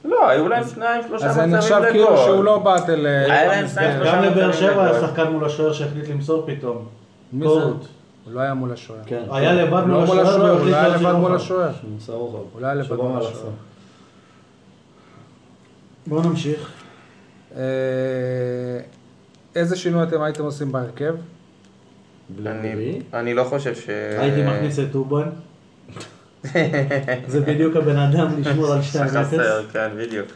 Speaker 4: לא, היו להם שניים, שלושה
Speaker 2: אז זה
Speaker 4: מצבים
Speaker 2: נחשב כאילו
Speaker 4: לגול.
Speaker 2: שהוא לא בעט אל...
Speaker 4: היה להם
Speaker 2: המסגרת.
Speaker 4: שניים, שלושה
Speaker 3: גם לבאר
Speaker 4: מצבים
Speaker 3: שבע היה
Speaker 4: לגול.
Speaker 3: שחקן מול השוער שהחליט למסור פתאום.
Speaker 2: מי זה?
Speaker 3: קורות.
Speaker 2: הוא לא היה מול השוער.
Speaker 5: כן.
Speaker 3: היה לבד
Speaker 2: הוא
Speaker 3: מול
Speaker 2: לא מול
Speaker 3: השוער,
Speaker 2: השוער,
Speaker 3: לא
Speaker 2: הוא
Speaker 3: החליט
Speaker 2: לא היה לבד
Speaker 3: להחזיר
Speaker 2: מול
Speaker 3: אותו.
Speaker 2: השוער.
Speaker 5: נמצא רוחב.
Speaker 2: אולי לבד
Speaker 5: שבא
Speaker 2: מהשוער.
Speaker 5: מהלחצה.
Speaker 3: בואו נמשיך.
Speaker 2: אה, איזה שינוי אתם הייתם עושים בהרכב?
Speaker 4: אני- אני לא חושב ש...
Speaker 2: אה.
Speaker 3: הייתי מכניס את טובן. זה בדיוק הבן אדם לשמור על 2-0.
Speaker 4: שחסר, כן, לא בדיוק.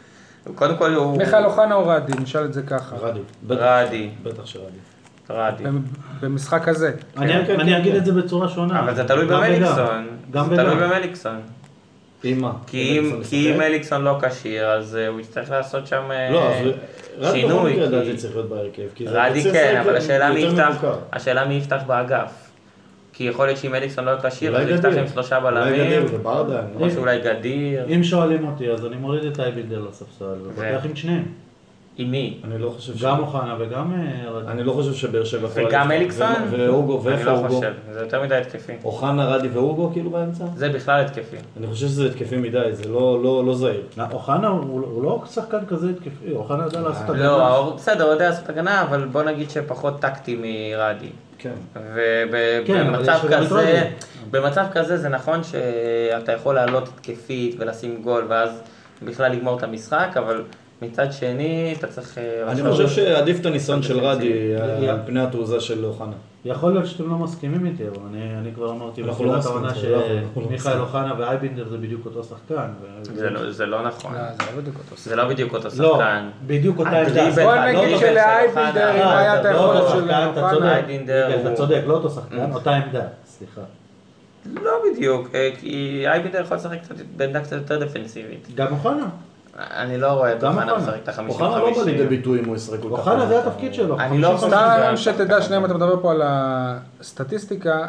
Speaker 4: קודם כל הוא...
Speaker 2: מיכאל אוחנה או רדי? נשאל את זה ככה.
Speaker 5: רדי. בטח-
Speaker 4: רדי,
Speaker 5: בטח שרדי.
Speaker 4: רדי.
Speaker 2: במ- במשחק הזה.
Speaker 3: אני
Speaker 5: כן,
Speaker 3: אני
Speaker 5: כן,
Speaker 3: אגיד
Speaker 5: כן.
Speaker 3: את זה בצורה שונה.
Speaker 4: אבל זה תלוי
Speaker 3: גם וגם.
Speaker 4: במליקסון.
Speaker 3: גם
Speaker 4: זה תלוי
Speaker 3: וגם.
Speaker 4: במליקסון.
Speaker 5: עם מה?
Speaker 4: כי
Speaker 5: אם
Speaker 4: אם-
Speaker 5: מליקסון
Speaker 4: כי אם
Speaker 5: משחק?
Speaker 4: מליקסון לא כשיר, אז אה, הוא יצטרך לעשות שם אה,
Speaker 5: לא, אז רק בכל
Speaker 4: שינוי.
Speaker 5: מקרה לדעתי
Speaker 4: כי-
Speaker 5: צריך להיות בהרכב. כי זה-
Speaker 4: רדי
Speaker 5: צריך
Speaker 4: כן,
Speaker 5: לשחק
Speaker 4: אבל השאלה מי
Speaker 5: יותר
Speaker 4: יפתח,
Speaker 5: מבוקר.
Speaker 4: השאלה מי יפתח באגף. כי יכול להיות שאם אליקסון לא כשיר,
Speaker 5: אולי
Speaker 4: אז הוא יפתח
Speaker 5: גדיר.
Speaker 4: עם שלושה
Speaker 5: אולי
Speaker 4: בלמים,
Speaker 5: גדיר וברדה. אני לא
Speaker 4: או
Speaker 5: יודע.
Speaker 4: שאולי גדיר.
Speaker 3: אם שואלים אותי, אז אני מוריד את אייבינדר לספסל, ופותח עם שניהם.
Speaker 4: עם מי?
Speaker 5: אני לא חושב ש...
Speaker 3: גם אוחנה וגם אה, רדי.
Speaker 5: אני לא חושב שבאר שבע... יכולה
Speaker 4: וגם
Speaker 5: לפתוח.
Speaker 4: אליקסון?
Speaker 5: ו- והוגו,
Speaker 4: אני
Speaker 5: ואיפה
Speaker 4: לא
Speaker 5: הוגו?
Speaker 4: חושב, זה יותר מדי התקפי.
Speaker 5: אוחנה, רדי והוגו כאילו באמצע?
Speaker 4: זה בכלל התקפי.
Speaker 5: אני חושב שזה התקפי מדי, זה לא- לא לא זהיר.
Speaker 3: אוחנה הוא הוא לא שחקן כזה התקפי, אוחנה יודע לעשות את
Speaker 4: לא,
Speaker 3: הגנה.
Speaker 4: האור- בסדר, הוא יודע לעשות הגנה, אבל בוא נגיד שפחות טקטי מרדי.
Speaker 5: כן.
Speaker 3: כן, אבל יש
Speaker 4: ובמצב
Speaker 3: לו גם את
Speaker 4: כזה,
Speaker 3: רדי.
Speaker 4: במצב כזה זה נכון שאתה יכול לעלות התקפית ולשים גול ואז בכלל לגמור את המשחק, אבל מצד שני, אתה צריך... אה,
Speaker 5: אני
Speaker 4: לחשוב-
Speaker 5: חושב שעדיף את הניסיון של רדי
Speaker 3: אה,
Speaker 5: על פני התעוזה של אוחנה.
Speaker 3: יכול להיות שאתם לא מסכימים איתי, אבל אני, אני כבר אמרתי
Speaker 5: אנחנו לא
Speaker 3: בתחילת
Speaker 5: מסכימים,
Speaker 3: העונה
Speaker 5: אנחנו לא- אנחנו לא
Speaker 3: שמיכאל
Speaker 5: מסכימים.
Speaker 3: אוחנה ואייבינדר זה בדיוק אותו שחקן. ו-
Speaker 4: זה לא- זה לא נכון.
Speaker 2: לא, זה לא בדיוק אותו
Speaker 4: זה לא בדיוק אותו
Speaker 3: לא,
Speaker 4: שחקן.
Speaker 3: בדיוק אותה
Speaker 4: הדריבל,
Speaker 3: עמדה.
Speaker 2: בוא
Speaker 4: הדריבל לא
Speaker 2: נגיד
Speaker 4: של
Speaker 2: שלאייבינדר,
Speaker 4: אוחנה.
Speaker 2: אם היה את
Speaker 3: אתה לא
Speaker 2: היכולת
Speaker 3: אותו
Speaker 2: של
Speaker 3: שחקן, אתה
Speaker 2: אוחנה.
Speaker 3: צודק.
Speaker 4: אייבינדר
Speaker 3: כן, אתה
Speaker 4: הוא-
Speaker 3: צודק, לא אותו שחקן, אותה עמדה, סליחה.
Speaker 4: לא בדיוק, אה, כי אייבינדר יכול לשחק קצת בעמדה קצת יותר דפנסיבית.
Speaker 3: גם אוחנה.
Speaker 4: אני לא רואה את
Speaker 3: גם
Speaker 4: אוחנה
Speaker 3: אוחנה.
Speaker 4: משחק את החמישים
Speaker 5: אוחנה לא בא לידי
Speaker 4: חמישים.
Speaker 5: ביטוי אם הוא ישחק כל כך.
Speaker 3: אוחנה זה
Speaker 5: הרבה.
Speaker 3: התפקיד שלו.
Speaker 4: אני לא
Speaker 3: חמישים-
Speaker 4: חושב-
Speaker 2: סתם שתדע, שנייה, אם אתה מדבר פה על הסטטיסטיקה,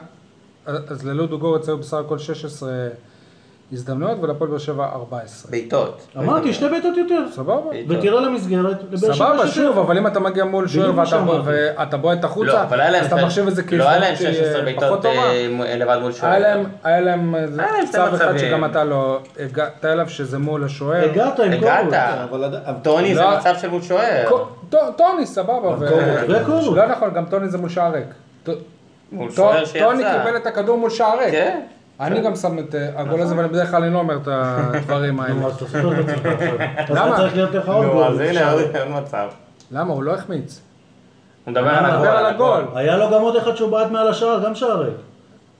Speaker 2: אז ללודו גורץ היו בסך הכל 16 הזדמנויות ולפועל באר שבע 14.
Speaker 4: בעיטות.
Speaker 3: אמרתי, שתי בעיטות יותר.
Speaker 2: סבבה?
Speaker 3: ותראה למסגרת, לבאר שבע
Speaker 2: סבבה,
Speaker 3: יש יותר.
Speaker 2: שוב, אבל אם אתה מגיע מול שוער
Speaker 3: בדיוק מה
Speaker 2: ואתה בוא-
Speaker 3: שאמרתי.
Speaker 2: ואתה בועט
Speaker 4: לא,
Speaker 2: החוצה,
Speaker 4: אבל היה להם...
Speaker 2: אז אתה מחשיב את זה
Speaker 4: לא היה להם
Speaker 2: כהזדמנות
Speaker 4: 16
Speaker 2: שהיא פחות
Speaker 4: בעיטות
Speaker 2: טובה.
Speaker 4: אה, מ- לבד מול שוער.
Speaker 2: היה להם, היה להם
Speaker 4: היה להם שתי
Speaker 2: צו אחד
Speaker 4: מצבים.
Speaker 2: שגם אתה לא הגעת אליו, שזה מול השוער.
Speaker 3: הגעת עם קורוש.
Speaker 4: הגעת.
Speaker 5: כן, אבל עד- אבל-
Speaker 4: טוני זה
Speaker 2: כן, לא.
Speaker 4: מצב של מול שוער.
Speaker 2: קו- ט- טוני, סבבה. ו-
Speaker 3: וקורוש.
Speaker 2: לא נכון, גם טוני זה מול שער ריק. ט-
Speaker 4: מול
Speaker 2: ט-
Speaker 4: שוער
Speaker 2: טוני
Speaker 4: שיצא.
Speaker 2: קיבל את הכדור מול שער ריק.
Speaker 4: כן.
Speaker 2: אני גם שם את אה, הגול
Speaker 5: נכון.
Speaker 2: הזה, אבל בדרך כלל אני לא אומר את
Speaker 5: [laughs]
Speaker 2: הדברים האלה.
Speaker 3: נו, אז תעשו את עצמך עכשיו. אז
Speaker 2: למה?
Speaker 3: אתה צריך להיות לך עוד
Speaker 4: נו,
Speaker 3: גול.
Speaker 4: אז הנה עוד עוד מצב.
Speaker 2: למה? הוא לא החמיץ.
Speaker 4: הוא מדבר על
Speaker 2: הוא
Speaker 4: הגול.
Speaker 2: מדבר על הגול.
Speaker 3: היה לו גם עוד אחד שהוא בעט מעל השער, גם שערי.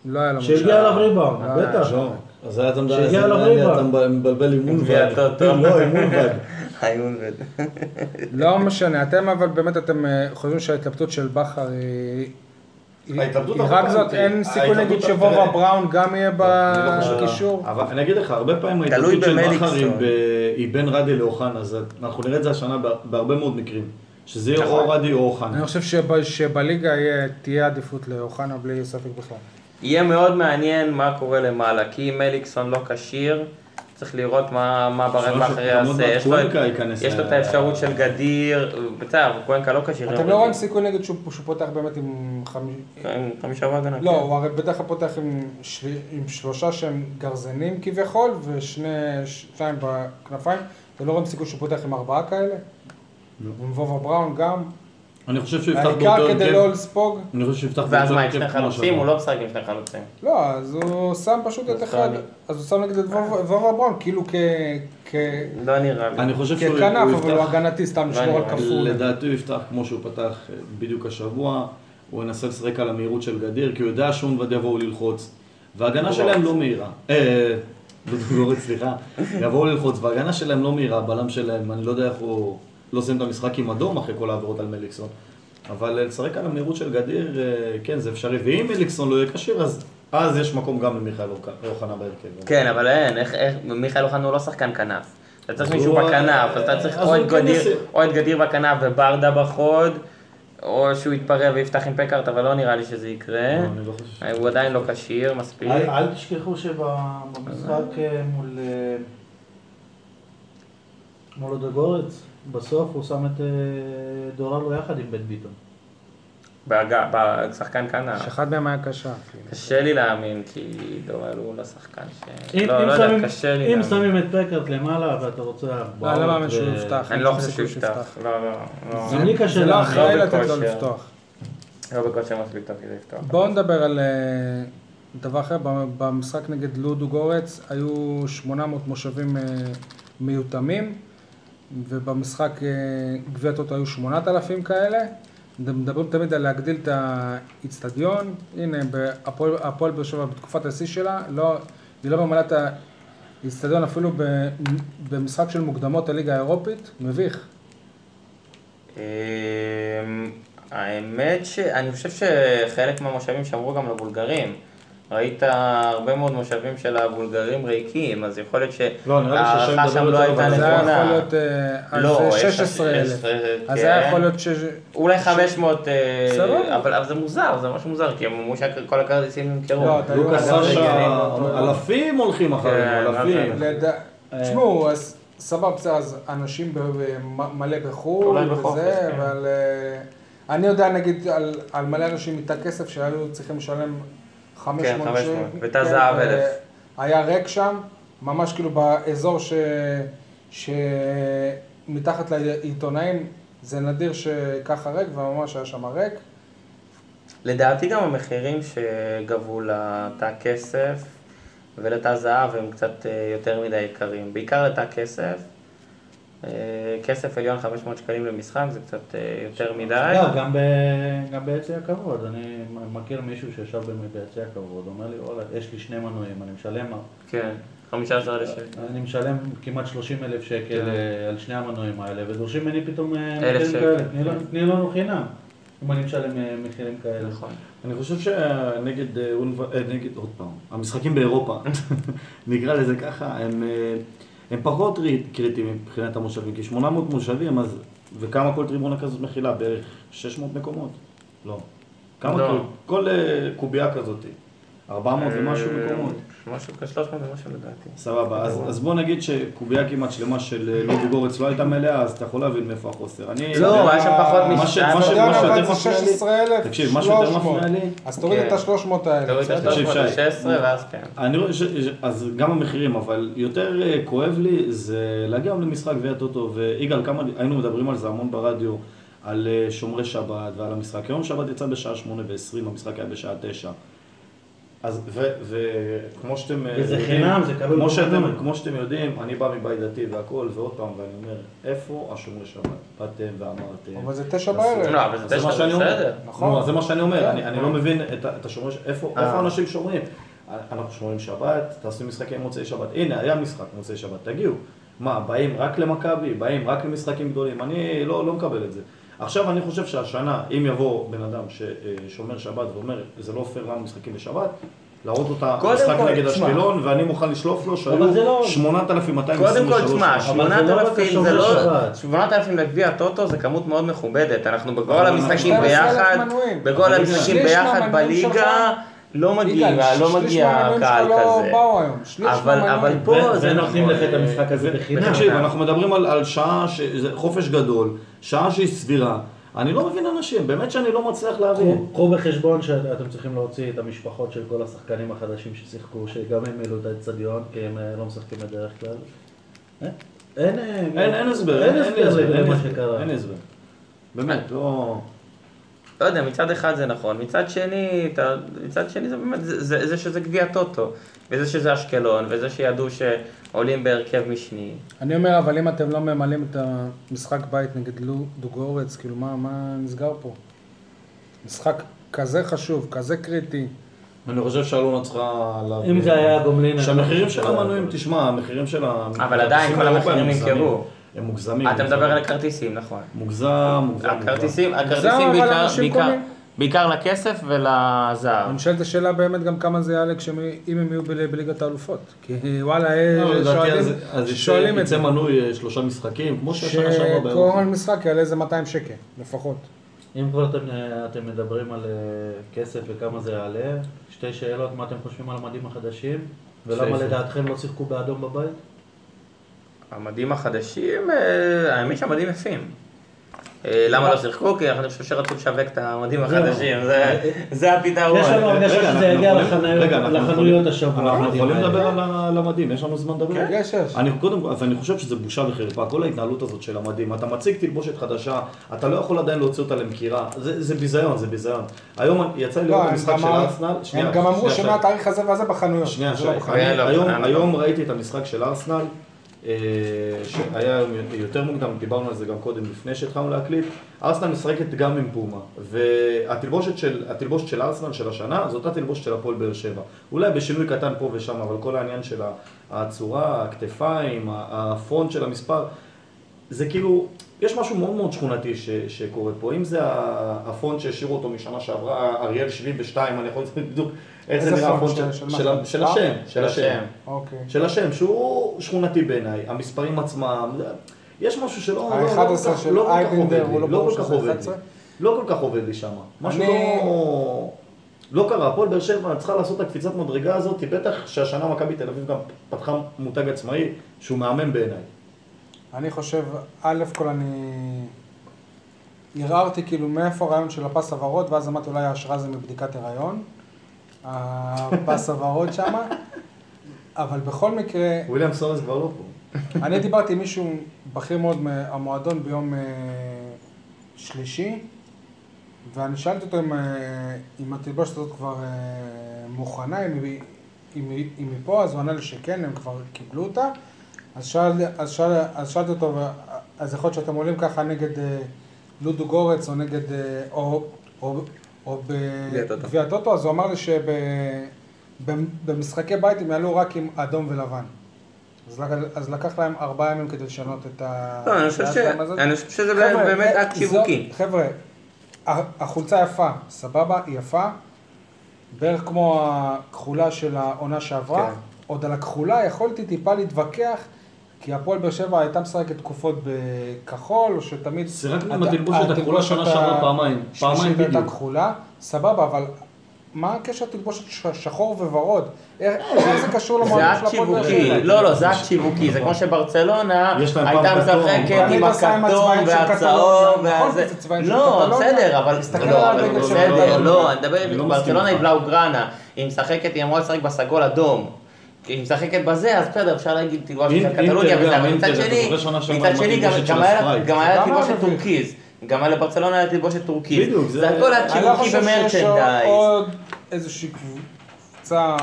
Speaker 2: לא היה לו מול
Speaker 3: שהגיע
Speaker 2: שער.
Speaker 3: אליו ריבאונד,
Speaker 2: אה,
Speaker 3: בטח.
Speaker 5: לא, אז היה אתה מדבר-
Speaker 3: שהגיע
Speaker 5: אז
Speaker 3: לו
Speaker 5: אני-
Speaker 3: ריבה.
Speaker 5: אתה מבלבל עם
Speaker 4: גביע
Speaker 5: מולבד.
Speaker 4: הטוטו.
Speaker 5: לא, עם מולבד.
Speaker 4: היון ו...
Speaker 2: לא משנה, אתם אבל באמת אתם אה, חושבים שההתלבטות של בכר היא... היא
Speaker 5: ההתלבטות
Speaker 2: היא רק
Speaker 5: הפוכה
Speaker 2: זאת,
Speaker 5: היא-
Speaker 2: אין סיכוי
Speaker 5: ההתלבטות
Speaker 2: נגיד
Speaker 5: הפוכה-
Speaker 2: שוובה בראון גם יהיה
Speaker 5: אני לא חושב-
Speaker 2: בקישור?
Speaker 5: אבל אני אגיד לך, הרבה פעמים
Speaker 4: תלוי
Speaker 5: ההתלבטות של
Speaker 4: במליקסון.
Speaker 5: בכר היא ב- היא בין רדי לאוחנה, אז אנחנו נראה את זה השנה בה- בהרבה מאוד מקרים. שזה יהיה או רדי או
Speaker 2: אני
Speaker 5: אוחנה.
Speaker 2: חושב שב- שבליגה יהיה- תהיה עדיפות לאוחנה בלי ספק בכלל.
Speaker 4: יהיה מאוד מעניין מה קורה למעלה, כי אם מליקסון לא כשיר, צריך לראות מה, מה ברן
Speaker 5: חושב
Speaker 4: בכר
Speaker 5: שגם עוד
Speaker 4: יעשה.
Speaker 5: מעט
Speaker 4: יש לו את-
Speaker 5: קוונקה ייכנס
Speaker 4: יש לו
Speaker 5: ל-
Speaker 4: את האפשרות של גדיר, בסדר, אבל קוונקה לא כשיר.
Speaker 2: אתם לא רואים סיכוי נגיד שהוא שהוא פותח באמת עם חמישה...
Speaker 4: עם חמישה בהגנה.
Speaker 2: לא,
Speaker 4: כן.
Speaker 2: הוא הרי בדרך כלל פותח עם, של... עם שלושה שהם גרזנים כביכול, ושני, שניים בכנפיים. אתם לא רואים סיכוי שהוא פותח עם ארבעה כאלה? עם וובה בראון גם?
Speaker 5: אני חושב שהוא יפתח באותו
Speaker 2: העיקר כדי לא
Speaker 5: הרכב.
Speaker 2: לספוג?
Speaker 5: אני חושב שהוא יפתח
Speaker 4: ואז
Speaker 5: באותו
Speaker 4: מה, עם
Speaker 5: הרכב
Speaker 4: שני
Speaker 5: כמו
Speaker 4: חלוצים?
Speaker 5: שעבר.
Speaker 4: הוא לא משחק עם שני חלוצים.
Speaker 2: לא, אז הוא שם פשוט את
Speaker 4: אז
Speaker 2: אחד,
Speaker 4: טוני.
Speaker 2: אז הוא שם נגד את וובה וובה בראון, כאילו כ... כ...
Speaker 4: לא נראה לי.
Speaker 5: אני חושב שהוא
Speaker 2: ככנף,
Speaker 5: הוא
Speaker 2: אבל הוא
Speaker 5: יפתח,
Speaker 2: הגנתי, סתם לשמור על
Speaker 4: נראה לי.
Speaker 2: כפול.
Speaker 5: לדעתי הוא יפתח כמו שהוא פתח אה, בדיוק השבוע, הוא ינסה לשחק על המהירות של גדיר, כי הוא יודע שהוא מוודא יבואו ללחוץ, וההגנה שלהם לא מהירה. אה, גורץ, סליחה, יבואו ללחוץ, וההגנה שלהם לא מהירה, הבלם שלהם, אני לא יודע איך הוא לא סיים את המשחק עם אדום אחרי כל העבירות על מליקסון, אבל אה, לשחק על המהירות של גדיר, אה, כן, זה אפשרי, ואם מליקסון לא יהיה כשיר, אז- אז יש מקום גם למיכאל אוק- אוחנה בהרכב.
Speaker 4: כן, אבל אין, איך, איך, מיכאל אוחנה הוא לא שחקן כנף. אתה צריך
Speaker 5: אז
Speaker 4: מישהו
Speaker 5: הוא-
Speaker 4: בכנף, אז אתה צריך
Speaker 5: אז
Speaker 4: או
Speaker 5: הוא
Speaker 4: את,
Speaker 5: כן
Speaker 4: גדיר,
Speaker 5: יעשה.
Speaker 4: או את גדיר בכנף וברדה בחוד, או שהוא יתפרע ויפתח עם פקארט, אבל לא נראה לי שזה יקרה.
Speaker 5: אני לא חושב.
Speaker 4: הוא עדיין לא כשיר מספיק.
Speaker 3: אל אל תשכחו שבמשחק אה, מול אה, מול אודגורץ, בסוף הוא שם את אה, דורלו יחד עם בן ביטון.
Speaker 4: באגף, בשחקן כנף.
Speaker 2: שאחד מהם היה קשה. כאילו.
Speaker 4: קשה לי להאמין, כי דורל הוא לא שחקן ש...
Speaker 3: אם-
Speaker 4: לא,
Speaker 3: אם
Speaker 4: לא יודע,
Speaker 3: שמים-
Speaker 4: קשה לי
Speaker 3: אם
Speaker 4: להאמין.
Speaker 3: שמים את פקארט למעלה ואתה רוצה... אה,
Speaker 2: לא, לא
Speaker 3: ארבעות
Speaker 2: מאמין שהוא
Speaker 3: ו-
Speaker 2: יפתח.
Speaker 4: אני לא
Speaker 2: אין
Speaker 4: חושב שהוא
Speaker 2: סיכוי
Speaker 4: יפתח. לא, לא, לא.
Speaker 3: גם לי קשה
Speaker 2: זה לא
Speaker 3: להאמין.
Speaker 2: אחראי
Speaker 4: לא
Speaker 2: לתת לו
Speaker 4: בכושר.
Speaker 2: לפתוח.
Speaker 4: לא בכושר מספיק טוב כדי לפתוח.
Speaker 2: בואו נדבר על אה, דבר אחר, ב- במשחק נגד לודו גורץ היו 800 מושבים אה, מיותמים ובמשחק אה, גביע טוטו היו 8,000 כאלה. מדברים תמיד על להגדיל את האיצטדיון, הנה בהפועל הפועל באר שבע בתקופת השיא שלה, לא, היא לא ממלאה את האיצטדיון אפילו ב- במשחק של מוקדמות הליגה האירופית, מביך.
Speaker 4: אמ, האמת שאני חושב שחלק מהמושבים שמרו גם לבולגרים. ראית הרבה מאוד מושבים של הבולגרים ריקים, אז יכול להיות
Speaker 5: לא, נראה לי ששם מדבר
Speaker 4: שההערכה שם לא
Speaker 5: יותר,
Speaker 4: הייתה
Speaker 5: אבל
Speaker 2: זה היה יכול
Speaker 4: נכונה.
Speaker 2: להיות, אה, אז
Speaker 4: לא,
Speaker 2: זה
Speaker 4: יש
Speaker 2: 16,000,
Speaker 4: 16,000,
Speaker 2: אז זה היה
Speaker 4: כן.
Speaker 2: יכול להיות ש...
Speaker 4: אולי 500, אה,
Speaker 2: סבבה.
Speaker 4: אבל אבל זה מוזר, זה ממש מוזר, כי הם אמרו שכל הכרטיסים נמכרו.
Speaker 2: לא, אתה-
Speaker 5: לוקה
Speaker 2: לוקה
Speaker 5: סאשה,
Speaker 4: סאשה,
Speaker 5: אלפים הולכים
Speaker 4: כן,
Speaker 5: אחרינו, אלפים.
Speaker 2: לדע-
Speaker 4: אה,
Speaker 2: תשמעו, אז סבבה, בסדר, אז אנשים ב- ב- מ- מלא בחו"ל
Speaker 4: אולי בחופש,
Speaker 2: וזה,
Speaker 4: כן.
Speaker 2: אבל אה, אני יודע נגיד על על מלא אנשים איתה כסף שהיו צריכים לשלם 500
Speaker 4: 500,
Speaker 2: שקל.
Speaker 4: ואת הזהב
Speaker 2: כן,
Speaker 4: אלף.
Speaker 2: היה ריק שם, ממש כאילו באזור ש... שמתחת לעיתונאים, זה נדיר שככה ריק, וממש היה שם ריק.
Speaker 4: לדעתי גם המחירים שגבו לתא כסף ולתא זהב הם קצת אה, יותר מדי יקרים, בעיקר לתא כסף. אה, כסף עליון 500 שקלים למשחק זה קצת אה, יותר מדי.
Speaker 3: לא, גם, ב... גם ביציע הכבוד, אני מכיר מישהו שישב באמת ביציע הכבוד, אומר לי, וואלה, יש לי שני מנויים, אני משלם,
Speaker 4: כן, 15 אלף שקל.
Speaker 3: אני משלם כמעט 30 אלף שקל
Speaker 4: כן.
Speaker 3: אה, על שני המנויים האלה, ודורשים ממני פתאום אה,
Speaker 4: אלף
Speaker 3: מחירים
Speaker 4: שקל.
Speaker 3: כאלה, תני
Speaker 5: כן.
Speaker 3: לנו- תני לנו חינם, אם אני משלם אה, מחירים כאלה.
Speaker 4: נכון.
Speaker 5: אני חושב שנגד, אה, אונבא- אה, נגד, עוד פעם, המשחקים באירופה, [laughs] נקרא לזה ככה, הם, אה, הם פחות רי- קריטיים מבחינת המושבים, כי 800 מושבים, אז, וכמה כל טריבונה כזאת מכילה? בערך 600 מקומות? לא. כמה
Speaker 4: לא.
Speaker 5: כל, כל אה, קובייה כזאת? 400 ומשהו מקומות.
Speaker 4: אה, משהו כ-300 ומשהו לדעתי.
Speaker 5: סבבה, אז, אז בוא נגיד שקובייה כמעט שלמה של אה, לובי גורץ לא הייתה מלאה, אז אתה יכול להבין מאיפה החוסר. אני...
Speaker 4: לא, היה שם פחות
Speaker 5: מה ש- מה ש-
Speaker 4: משתיים.
Speaker 5: מה
Speaker 2: סטדיון אבל
Speaker 5: שיותר
Speaker 2: זה
Speaker 5: מפריע לי-
Speaker 2: 16,300.
Speaker 5: תקשיב, מה שיותר מפריע לי...
Speaker 2: אז תוריד
Speaker 4: כן.
Speaker 2: את ה-300 האלה.
Speaker 4: תוריד את
Speaker 2: בסדר?
Speaker 5: תקשיב, שי.
Speaker 4: ה-316 ואז כן.
Speaker 5: אני רואה ש... ש- אז גם המחירים, אבל יותר אה, כואב לי זה להגיע היום למשחק גביע טוטו, ויגאל, אה, כמה היינו מדברים על זה המון ברדיו, על אה, שומרי שבת ועל המשחק. היום שבת יצא בשעה שמונה ועשרים, המשחק היה בשעה תשע. אז וכמו שאתם... אה,
Speaker 3: וזה
Speaker 5: יודעים-
Speaker 3: חינם, זה כלול
Speaker 5: כמו
Speaker 3: בחינם.
Speaker 5: שאתם, כמו שאתם יודעים, אני בא מבית דתי והכל, ועוד פעם, ואני אומר, איפה השומרי שבת? באתם ואמרתם.
Speaker 2: אבל זה תשע
Speaker 5: תעשו-
Speaker 2: בערב.
Speaker 4: לא, אבל זה
Speaker 5: מה
Speaker 4: תשע,
Speaker 5: שאני
Speaker 4: זה
Speaker 5: אומר.
Speaker 4: בסדר.
Speaker 2: נכון.
Speaker 5: נו, זה מה שאני אומר, אני אני
Speaker 4: אה.
Speaker 5: לא מבין את ה- את השומרים, ש- איפה
Speaker 4: אה.
Speaker 5: איפה אנשים שומרים? אה, אנחנו שומרים שבת, תעשו משחקי מוצאי שבת. הנה, היה משחק מוצאי שבת, תגיעו. מה, באים רק למכבי? באים רק למשחקים גדולים? אני לא לא מקבל את זה. עכשיו אני חושב שהשנה, אם יבוא בן אדם ששומר שבת ואומר, זה לא פייר לנו משחקים בשבת, להראות לו את
Speaker 4: קודם
Speaker 5: המשחק
Speaker 4: כל,
Speaker 5: נגד
Speaker 4: תשמע.
Speaker 5: אשקלון, ואני מוכן לשלוף לו
Speaker 3: אבל זה לא-
Speaker 5: שהיו 8,223.
Speaker 4: קודם כל, תשמע,
Speaker 5: אנשים.
Speaker 3: אבל זה לא רק
Speaker 4: 8,000 זה
Speaker 3: השומרי
Speaker 4: לא...
Speaker 3: שבת.
Speaker 4: 8,000 לגביע הטוטו זה כמות מאוד מכובדת. אנחנו בכל
Speaker 5: אבל
Speaker 4: המשחקים
Speaker 2: אנחנו-
Speaker 4: ביחד,
Speaker 2: 12,000 מנויים.
Speaker 4: בכל
Speaker 5: אבל
Speaker 4: המשחקים
Speaker 2: שליש
Speaker 4: ביחד
Speaker 2: מהמנויים שלך-
Speaker 4: בליגה, לא מגיע,
Speaker 2: יגאל,
Speaker 4: לא
Speaker 2: שליש
Speaker 4: מגיע
Speaker 2: מהמנויים
Speaker 4: קהל
Speaker 2: שלך לא
Speaker 4: כזה.
Speaker 2: באו היום. שליש
Speaker 4: אבל- אבל
Speaker 2: מהמנויים.
Speaker 4: פה
Speaker 3: ו-
Speaker 4: זה
Speaker 3: ונותנים
Speaker 4: נכון.
Speaker 3: לך את המשחק הזה בחינם.
Speaker 5: תקשיב, אנחנו מדברים על, על שעה, ש... זה חופש גדול, שעה שהיא סבירה. אני לא מבין אנשים, באמת שאני לא מצליח להבין.
Speaker 3: קחו- קחו בחשבון שאתם צריכים להוציא את המשפחות של כל השחקנים החדשים ששיחקו, שגם הם העלו את האצטדיון, כי הם אה, לא משחקים בדרך כלל. אה? אין אה,
Speaker 5: אין, אין הסבר,
Speaker 3: אין הסבר
Speaker 5: אין
Speaker 3: למה
Speaker 5: הסבר,
Speaker 3: שקרה.
Speaker 5: אין הסבר. באמת, לא...
Speaker 4: לא יודע, מצד אחד זה נכון, מצד שני, אתה, מצד שני זה באמת, זה, זה, זה שזה גביע טוטו, וזה שזה אשקלון, וזה שידעו שעולים בהרכב משני.
Speaker 2: אני אומר, אבל אם אתם לא ממלאים את המשחק בית נגד לו- דוגורץ, כאילו, מה- מה נסגר פה? משחק כזה חשוב, כזה קריטי.
Speaker 5: אני חושב שאלונה צריכה להבין.
Speaker 3: אם זה היה גומלין... אה,
Speaker 5: שהמחירים של המנויים, תשמע, המחירים של ה...
Speaker 4: אבל עדיין, כל
Speaker 5: באירופה הם
Speaker 4: המחירים
Speaker 5: מוגזמים.
Speaker 4: נמכרו.
Speaker 5: הם מוגזמים.
Speaker 4: אה, אתה מדבר
Speaker 5: מוגזמים.
Speaker 4: על הכרטיסים, נכון.
Speaker 5: מוגזם, מוגזם.
Speaker 4: הכרטיסים,
Speaker 2: זהו,
Speaker 4: הכרטיסים
Speaker 2: אבל
Speaker 4: בעיקר,
Speaker 2: אנשים
Speaker 4: בעיקר,
Speaker 2: קונים.
Speaker 4: בעיקר לכסף ולזר.
Speaker 2: אני שואל את השאלה באמת גם כמה זה יעלה כשהם- אם הם יהיו בל- בליגת האלופות. כי וואלה, אה,
Speaker 5: לא, לדעתי
Speaker 2: שואלים-
Speaker 5: אז- אז יצא-
Speaker 2: שואלים את
Speaker 5: יצא
Speaker 2: זה.
Speaker 5: מנוי אה, שלושה משחקים, כמו שהשנה שעברה באירופה.
Speaker 2: שכל משחק יעלה איזה 200 שקל, לפחות.
Speaker 3: אם כבר אתם, אה, אתם מדברים על אה, כסף וכמה זה יעלה, שתי שאלות, מה אתם חושבים על המדים החדשים? ולמה
Speaker 5: יפה.
Speaker 3: לדעתכם לא שיחקו באדום בבית?
Speaker 4: המדים החדשים, אה, האמת שהמדים יפים. אה, למה לא שיחקו? כי אני חושב שרצו לשווק את המדים
Speaker 3: זהו. אה,
Speaker 4: החדשים, זה- זה הפתרון.
Speaker 3: יש לנו
Speaker 5: רגע,
Speaker 3: הרגשה שזה
Speaker 5: אנחנו
Speaker 3: יגיע
Speaker 5: יכולים-
Speaker 3: לחניות-
Speaker 5: רגע, אנחנו
Speaker 3: לחנויות
Speaker 5: יכולים-
Speaker 3: השבוע. אה,
Speaker 5: אנחנו יכולים
Speaker 3: האלה.
Speaker 5: לדבר על ה- על המדים, יש לנו זמן לדבר?
Speaker 2: כן, יש, יש.
Speaker 5: כן. אני קודם כל, אז אני חושב שזה בושה וחרפה, כל ההתנהלות הזאת של המדים. אתה מציג תלבושת חדשה, אתה לא יכול עדיין להוציא אותה למכירה. זה זה ביזיון, זה ביזיון. היום אני- יצא לי
Speaker 2: לא,
Speaker 5: לראות
Speaker 2: הם
Speaker 5: המשחק
Speaker 2: גם
Speaker 5: של
Speaker 2: אמר-
Speaker 5: ארסנל. שנייה,
Speaker 2: הם גם אמרו
Speaker 5: שנייה, שי.
Speaker 2: שמהתאריך הזה והזה בחנויות.
Speaker 5: שנייה,
Speaker 2: זה
Speaker 5: שי.
Speaker 2: לא בחנויות.
Speaker 4: בחיים.
Speaker 5: אני- היום-
Speaker 4: לא, לא.
Speaker 5: היום ראיתי את המשחק של ארסנל, אה, שהיה היום יותר מוקדם, דיברנו על זה גם קודם, לפני שהתחלנו להקליט. ארסנל משחקת גם עם פומה, והתלבושת של, התלבושת של ארסנל של השנה זו אותה תלבושת של הפועל באר שבע. אולי בשינוי קטן פה ושם, אבל כל העניין של ה- הצורה, הכתפיים, ה- הפונט של המספר, זה כאילו, יש משהו מאוד מאוד שכונתי ש, שקורה פה. אם זה ה- הפונט שהשאירו אותו משנה שעברה, אריאל 72, אני יכול לציין בדיוק איך זה
Speaker 2: איזה
Speaker 5: נראה
Speaker 2: פונט?
Speaker 5: הפונט של,
Speaker 2: של-
Speaker 5: של,
Speaker 2: של
Speaker 5: של,
Speaker 2: מה?
Speaker 5: של
Speaker 2: אה?
Speaker 5: השם, של
Speaker 4: של השם.
Speaker 5: השם.
Speaker 2: אוקיי.
Speaker 5: של השם, שהוא שכונתי בעיניי, המספרים עצמם, יש משהו שלא לא- לא כל
Speaker 2: ה-11
Speaker 5: כך-
Speaker 2: של
Speaker 5: לא כל כך עובד
Speaker 2: אייבנדר,
Speaker 5: לי,
Speaker 2: הוא לא
Speaker 5: לא
Speaker 2: ברור
Speaker 5: כל כך
Speaker 2: שזה
Speaker 5: עובד לי,
Speaker 2: 11?
Speaker 5: לא כל כך עובד לי שם, משהו
Speaker 2: אני-
Speaker 5: לא... לא קרה, הפועל באר שבע צריכה לעשות את הקפיצת מדרגה הזאת, בטח שהשנה מכבי תל אביב גם פתחה מותג עצמאי שהוא מהמם בעיניי.
Speaker 2: אני חושב, א' כל אני ערערתי כאילו מאיפה הרעיון של הפס הוורוד, ואז אמרתי אולי ההשראה זה מבדיקת הריון, הפס הוורוד שמה, אבל בכל מקרה,
Speaker 5: וויליאם סורס כבר לא פה.
Speaker 2: אני דיברתי עם מישהו בכיר מאוד מהמועדון ביום אה, שלישי, ואני שאלתי אותו אם, אה, אם התלבושת הזאת כבר אה, מוכנה, אם היא, אם, היא- אם היא פה, אז הוא ענה לי שכן, הם כבר קיבלו אותה. אז, שאל, אז, שאל, אז שאלתי אותו, "ו- אז יכול להיות שאתם עולים ככה נגד אה, לודו גורץ או נגד... אה, או, או, או
Speaker 4: גביע הטוטו.
Speaker 2: בגביע הטוטו, אז הוא אמר לי שבמשחקי בית הם יעלו רק עם אדום ולבן. אז, לק- אז לקח להם ארבעה ימים כדי לשנות את ה...
Speaker 4: לא, אני חושב ש-
Speaker 2: הדעה הזאת.
Speaker 4: אני חושב שזה
Speaker 2: חבר'ה,
Speaker 4: באמת
Speaker 2: אה,
Speaker 4: אקט
Speaker 2: זו-
Speaker 4: שיווקי.
Speaker 2: חבר'ה, ה- החולצה יפה, סבבה, היא יפה. בערך כמו הכחולה של העונה שעברה.
Speaker 4: כן.
Speaker 2: עוד על הכחולה יכולתי טיפה להתווכח, כי הפועל באר שבע הייתה משחקת תקופות בכחול, שתמיד...
Speaker 5: סירקנו עם
Speaker 2: הת-
Speaker 5: התלבושת הכחולה שנה
Speaker 2: התלבושת
Speaker 5: שעברה
Speaker 2: ה-
Speaker 5: פעמיים, פעמיים
Speaker 2: שלישית הייתה
Speaker 5: בדיוק.
Speaker 2: כחולה, סבבה, אבל מה הקשר תלבושת ש- שחור וורוד? איך איך זה קשור
Speaker 4: זה
Speaker 2: למועדון של
Speaker 4: אקט
Speaker 2: הפועל באר
Speaker 4: שיווקי,
Speaker 2: שבע?
Speaker 4: לא, לא, זה אקט שיווקי, זה כמו שברצלונה
Speaker 3: יש להם
Speaker 4: הייתה
Speaker 3: פעם כתום,
Speaker 4: משחקת
Speaker 3: פעם
Speaker 4: עם
Speaker 2: תמיד עושה לא עם
Speaker 4: הכתום
Speaker 2: הצבעים של
Speaker 4: והצהוב,
Speaker 2: קטלוניה,
Speaker 4: ואז
Speaker 2: נכון,
Speaker 4: זה...
Speaker 2: זה צבעים של
Speaker 4: לא,
Speaker 2: קטלוניה.
Speaker 4: בסדר, אבל...
Speaker 2: תסתכל
Speaker 4: לא,
Speaker 2: על
Speaker 4: אבל
Speaker 2: הדגל של
Speaker 4: בסדר,
Speaker 2: קטלוניה.
Speaker 4: לא, אני מדבר,
Speaker 5: אני לא מסכים
Speaker 4: ברצלונה
Speaker 5: איתך.
Speaker 4: היא בלאוגרנה, היא משחקת, היא אמורה לשחק בסגול אדום. כי היא משחקת בזה, אז בסדר, אפשר להגיד תלבושת של
Speaker 5: אינטר
Speaker 4: קטלוניה
Speaker 5: גם,
Speaker 4: וזה, אבל
Speaker 5: אינטר,
Speaker 4: מצד
Speaker 5: אתה
Speaker 4: שני,
Speaker 5: זוכר שנה שעברה
Speaker 4: מצד
Speaker 5: עם
Speaker 4: שני גם-
Speaker 5: התלבושת
Speaker 4: גם
Speaker 5: של
Speaker 4: היה לה-
Speaker 5: הספרייט?
Speaker 4: גם היה לה
Speaker 2: גם
Speaker 4: תלבושת
Speaker 2: היה מביך.
Speaker 4: טורקיז, גם היה לברצלונה היה תלבושת טורקיז.
Speaker 5: בדיוק,
Speaker 4: זה
Speaker 5: זה-
Speaker 4: הכל אקט
Speaker 2: אני לא
Speaker 4: שיווקי
Speaker 2: חושב שיש
Speaker 4: במרצ'נדייז.
Speaker 2: עוד איזושהי קבוצה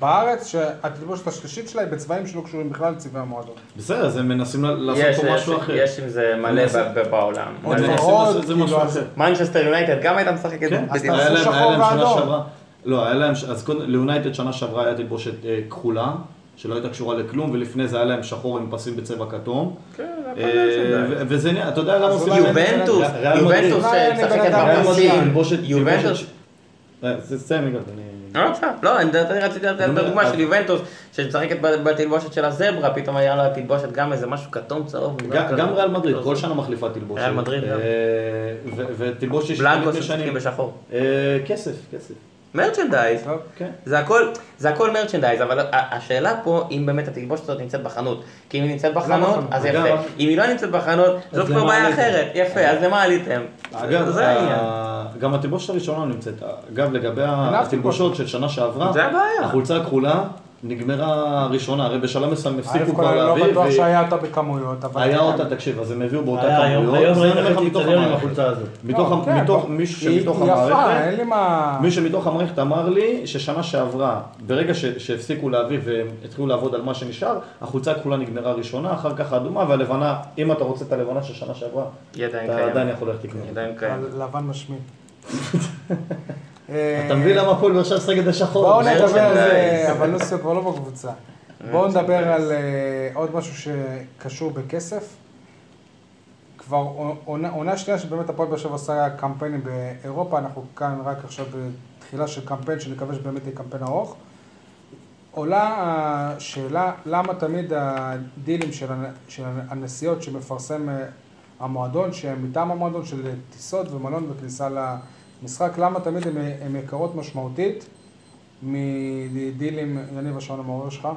Speaker 2: בארץ שהתלבושת השלישית שלה היא בצבעים שלא קשורים בכלל לצבעי המועדון.
Speaker 5: בסדר, אז הם מנסים ל-
Speaker 4: יש,
Speaker 5: לעשות פה
Speaker 4: יש-
Speaker 5: משהו אחר.
Speaker 4: יש עם זה מלא
Speaker 5: נעשה-
Speaker 4: ב- ב- בעולם.
Speaker 2: עוד
Speaker 4: מלא.
Speaker 5: מנסים
Speaker 2: ורוד,
Speaker 5: לעשות את זה
Speaker 2: כאילו,
Speaker 5: משהו
Speaker 2: אז-
Speaker 5: אחר.
Speaker 4: מנצ'סטר יונייטד גם הייתה משחקת
Speaker 5: כן,
Speaker 2: אז
Speaker 4: בדיוק.
Speaker 2: אתה-
Speaker 5: היה להם-
Speaker 2: שחור
Speaker 5: היה להם שנה
Speaker 2: ואדום.
Speaker 5: שעברה, לא, היה להם, ש- אז קודם, ליונייטד שנה שעברה היה תלבושת אה, כחולה, שלא הייתה קשורה לכלום, ולפני זה היה להם שחור עם פסים בצבע כתום.
Speaker 2: כן,
Speaker 5: אה, ו- וזה נהיה, אתה יודע למה
Speaker 2: אז
Speaker 5: עושים...
Speaker 2: אולי-
Speaker 4: יובנטוס,
Speaker 5: ריאל מדריד.
Speaker 4: יובנטוס
Speaker 2: ריאל
Speaker 4: שמשחקת
Speaker 2: מדריד, ריאל
Speaker 4: בפרסים,
Speaker 5: תלבושת-
Speaker 4: יובנטוס,
Speaker 5: תלבושת- אה, זה סתם, יגאל, אני...
Speaker 4: לא, בסדר, לא, אני אני רציתי לתת
Speaker 5: אני אומר, אה,
Speaker 4: דוגמה
Speaker 5: אז-
Speaker 4: של יובנטוס שמשחקת ב- בתלבושת של הזברה, פתאום היה לה תלבושת גם איזה משהו כתום צהוב.
Speaker 5: גם גם ריאל מדריד,
Speaker 4: לא,
Speaker 5: כל שנה מחליפה תלבושת.
Speaker 4: ריאל מדריד, גם.
Speaker 5: אה, ו- ותלבושת שתמיד
Speaker 4: בלנקוס
Speaker 5: משנים.
Speaker 4: משחקים בשחור.
Speaker 5: אה, כסף, כסף.
Speaker 4: מרצ'נדייז.
Speaker 2: טוב.
Speaker 5: כן.
Speaker 4: זה הכל, זה הכל מרצ'נדייז, אבל ה- השאלה פה אם באמת התלבושת הזאת נמצאת בחנות. כי אם היא נמצאת בחנות,
Speaker 2: בחנות.
Speaker 4: אז
Speaker 5: לא נכון. אגב,
Speaker 4: יפה. אם היא לא נמצאת בחנות, זאת כבר
Speaker 5: למה
Speaker 4: בעיה
Speaker 5: עליתם?
Speaker 4: אחרת. יפה, אז למה עליתם?
Speaker 5: אגב, אה,
Speaker 4: זה העניין.
Speaker 5: ה- גם התלבושת הראשונה לא נמצאת. אגב, לגבי
Speaker 2: אהבתי
Speaker 5: התלבושות של שנה שעברה,
Speaker 4: זה הבעיה.
Speaker 5: החולצה הכחולה נגמרה הראשונה, הרי בשלב מסוים
Speaker 2: א'
Speaker 5: הפסיקו
Speaker 2: כל
Speaker 5: כבר
Speaker 2: אני לא
Speaker 5: להביא,
Speaker 2: בטוח שהיה אותה בכמויות, אבל... כן.
Speaker 5: והיה אותה, תקשיב, אז הם הביאו באותה
Speaker 3: היה אה, היום,
Speaker 5: כמויות,
Speaker 3: היום
Speaker 5: זה לא אני
Speaker 3: ראיתי
Speaker 5: אומר לך
Speaker 3: חצי
Speaker 5: מתוך
Speaker 3: אצטדיון עם
Speaker 5: המערכת.
Speaker 3: החולצה הזאת.
Speaker 5: מתוך
Speaker 2: לא,
Speaker 5: ה-
Speaker 2: כן,
Speaker 5: מתוך
Speaker 2: בוא.
Speaker 5: מי
Speaker 2: היא-
Speaker 5: שמתוך
Speaker 2: היא יפה, אה?
Speaker 5: המערכת,
Speaker 2: אין לי מה...
Speaker 5: מי שמתוך המערכת אמר לי ששנה שעברה, ברגע ש- שהפסיקו להביא והם התחילו לעבוד על מה שנשאר, החולצה הכחולה נגמרה ראשונה, אחר כך האדומה והלבנה, אם אתה רוצה את הלבנה של שנה שעברה,
Speaker 4: היא עדיין
Speaker 5: אתה עדיין
Speaker 4: קיימת.
Speaker 5: יכול ללכת לקנות.
Speaker 4: היא עדיין קיימת.
Speaker 2: לבן
Speaker 5: [laughs]
Speaker 2: אה, משמין.
Speaker 5: אתה מבין למה הפועל באר שבע משחקת
Speaker 2: בואו
Speaker 5: בשחור?
Speaker 2: נדבר על זה,
Speaker 4: מרצ'נדייז.
Speaker 2: אבל לוסיו כבר לא בקבוצה. בואו נדבר על אה, עוד משהו שקשור בכסף. כבר עונה- עונה שנייה שבאמת הפועל באר שבע עושה קמפיינים באירופה, אנחנו כאן רק עכשיו בתחילה של קמפיין, שנקווה שבאמת יהיה קמפיין ארוך. עולה השאלה, למה תמיד הדילים של הנ- של הנסיעות שמפרסם אה, המועדון, שהם מטעם המועדון של טיסות ומלון וכניסה למשחק, למה תמיד הן- הן יקרות משמעותית מדילים, יניב השעון המעורר שלך,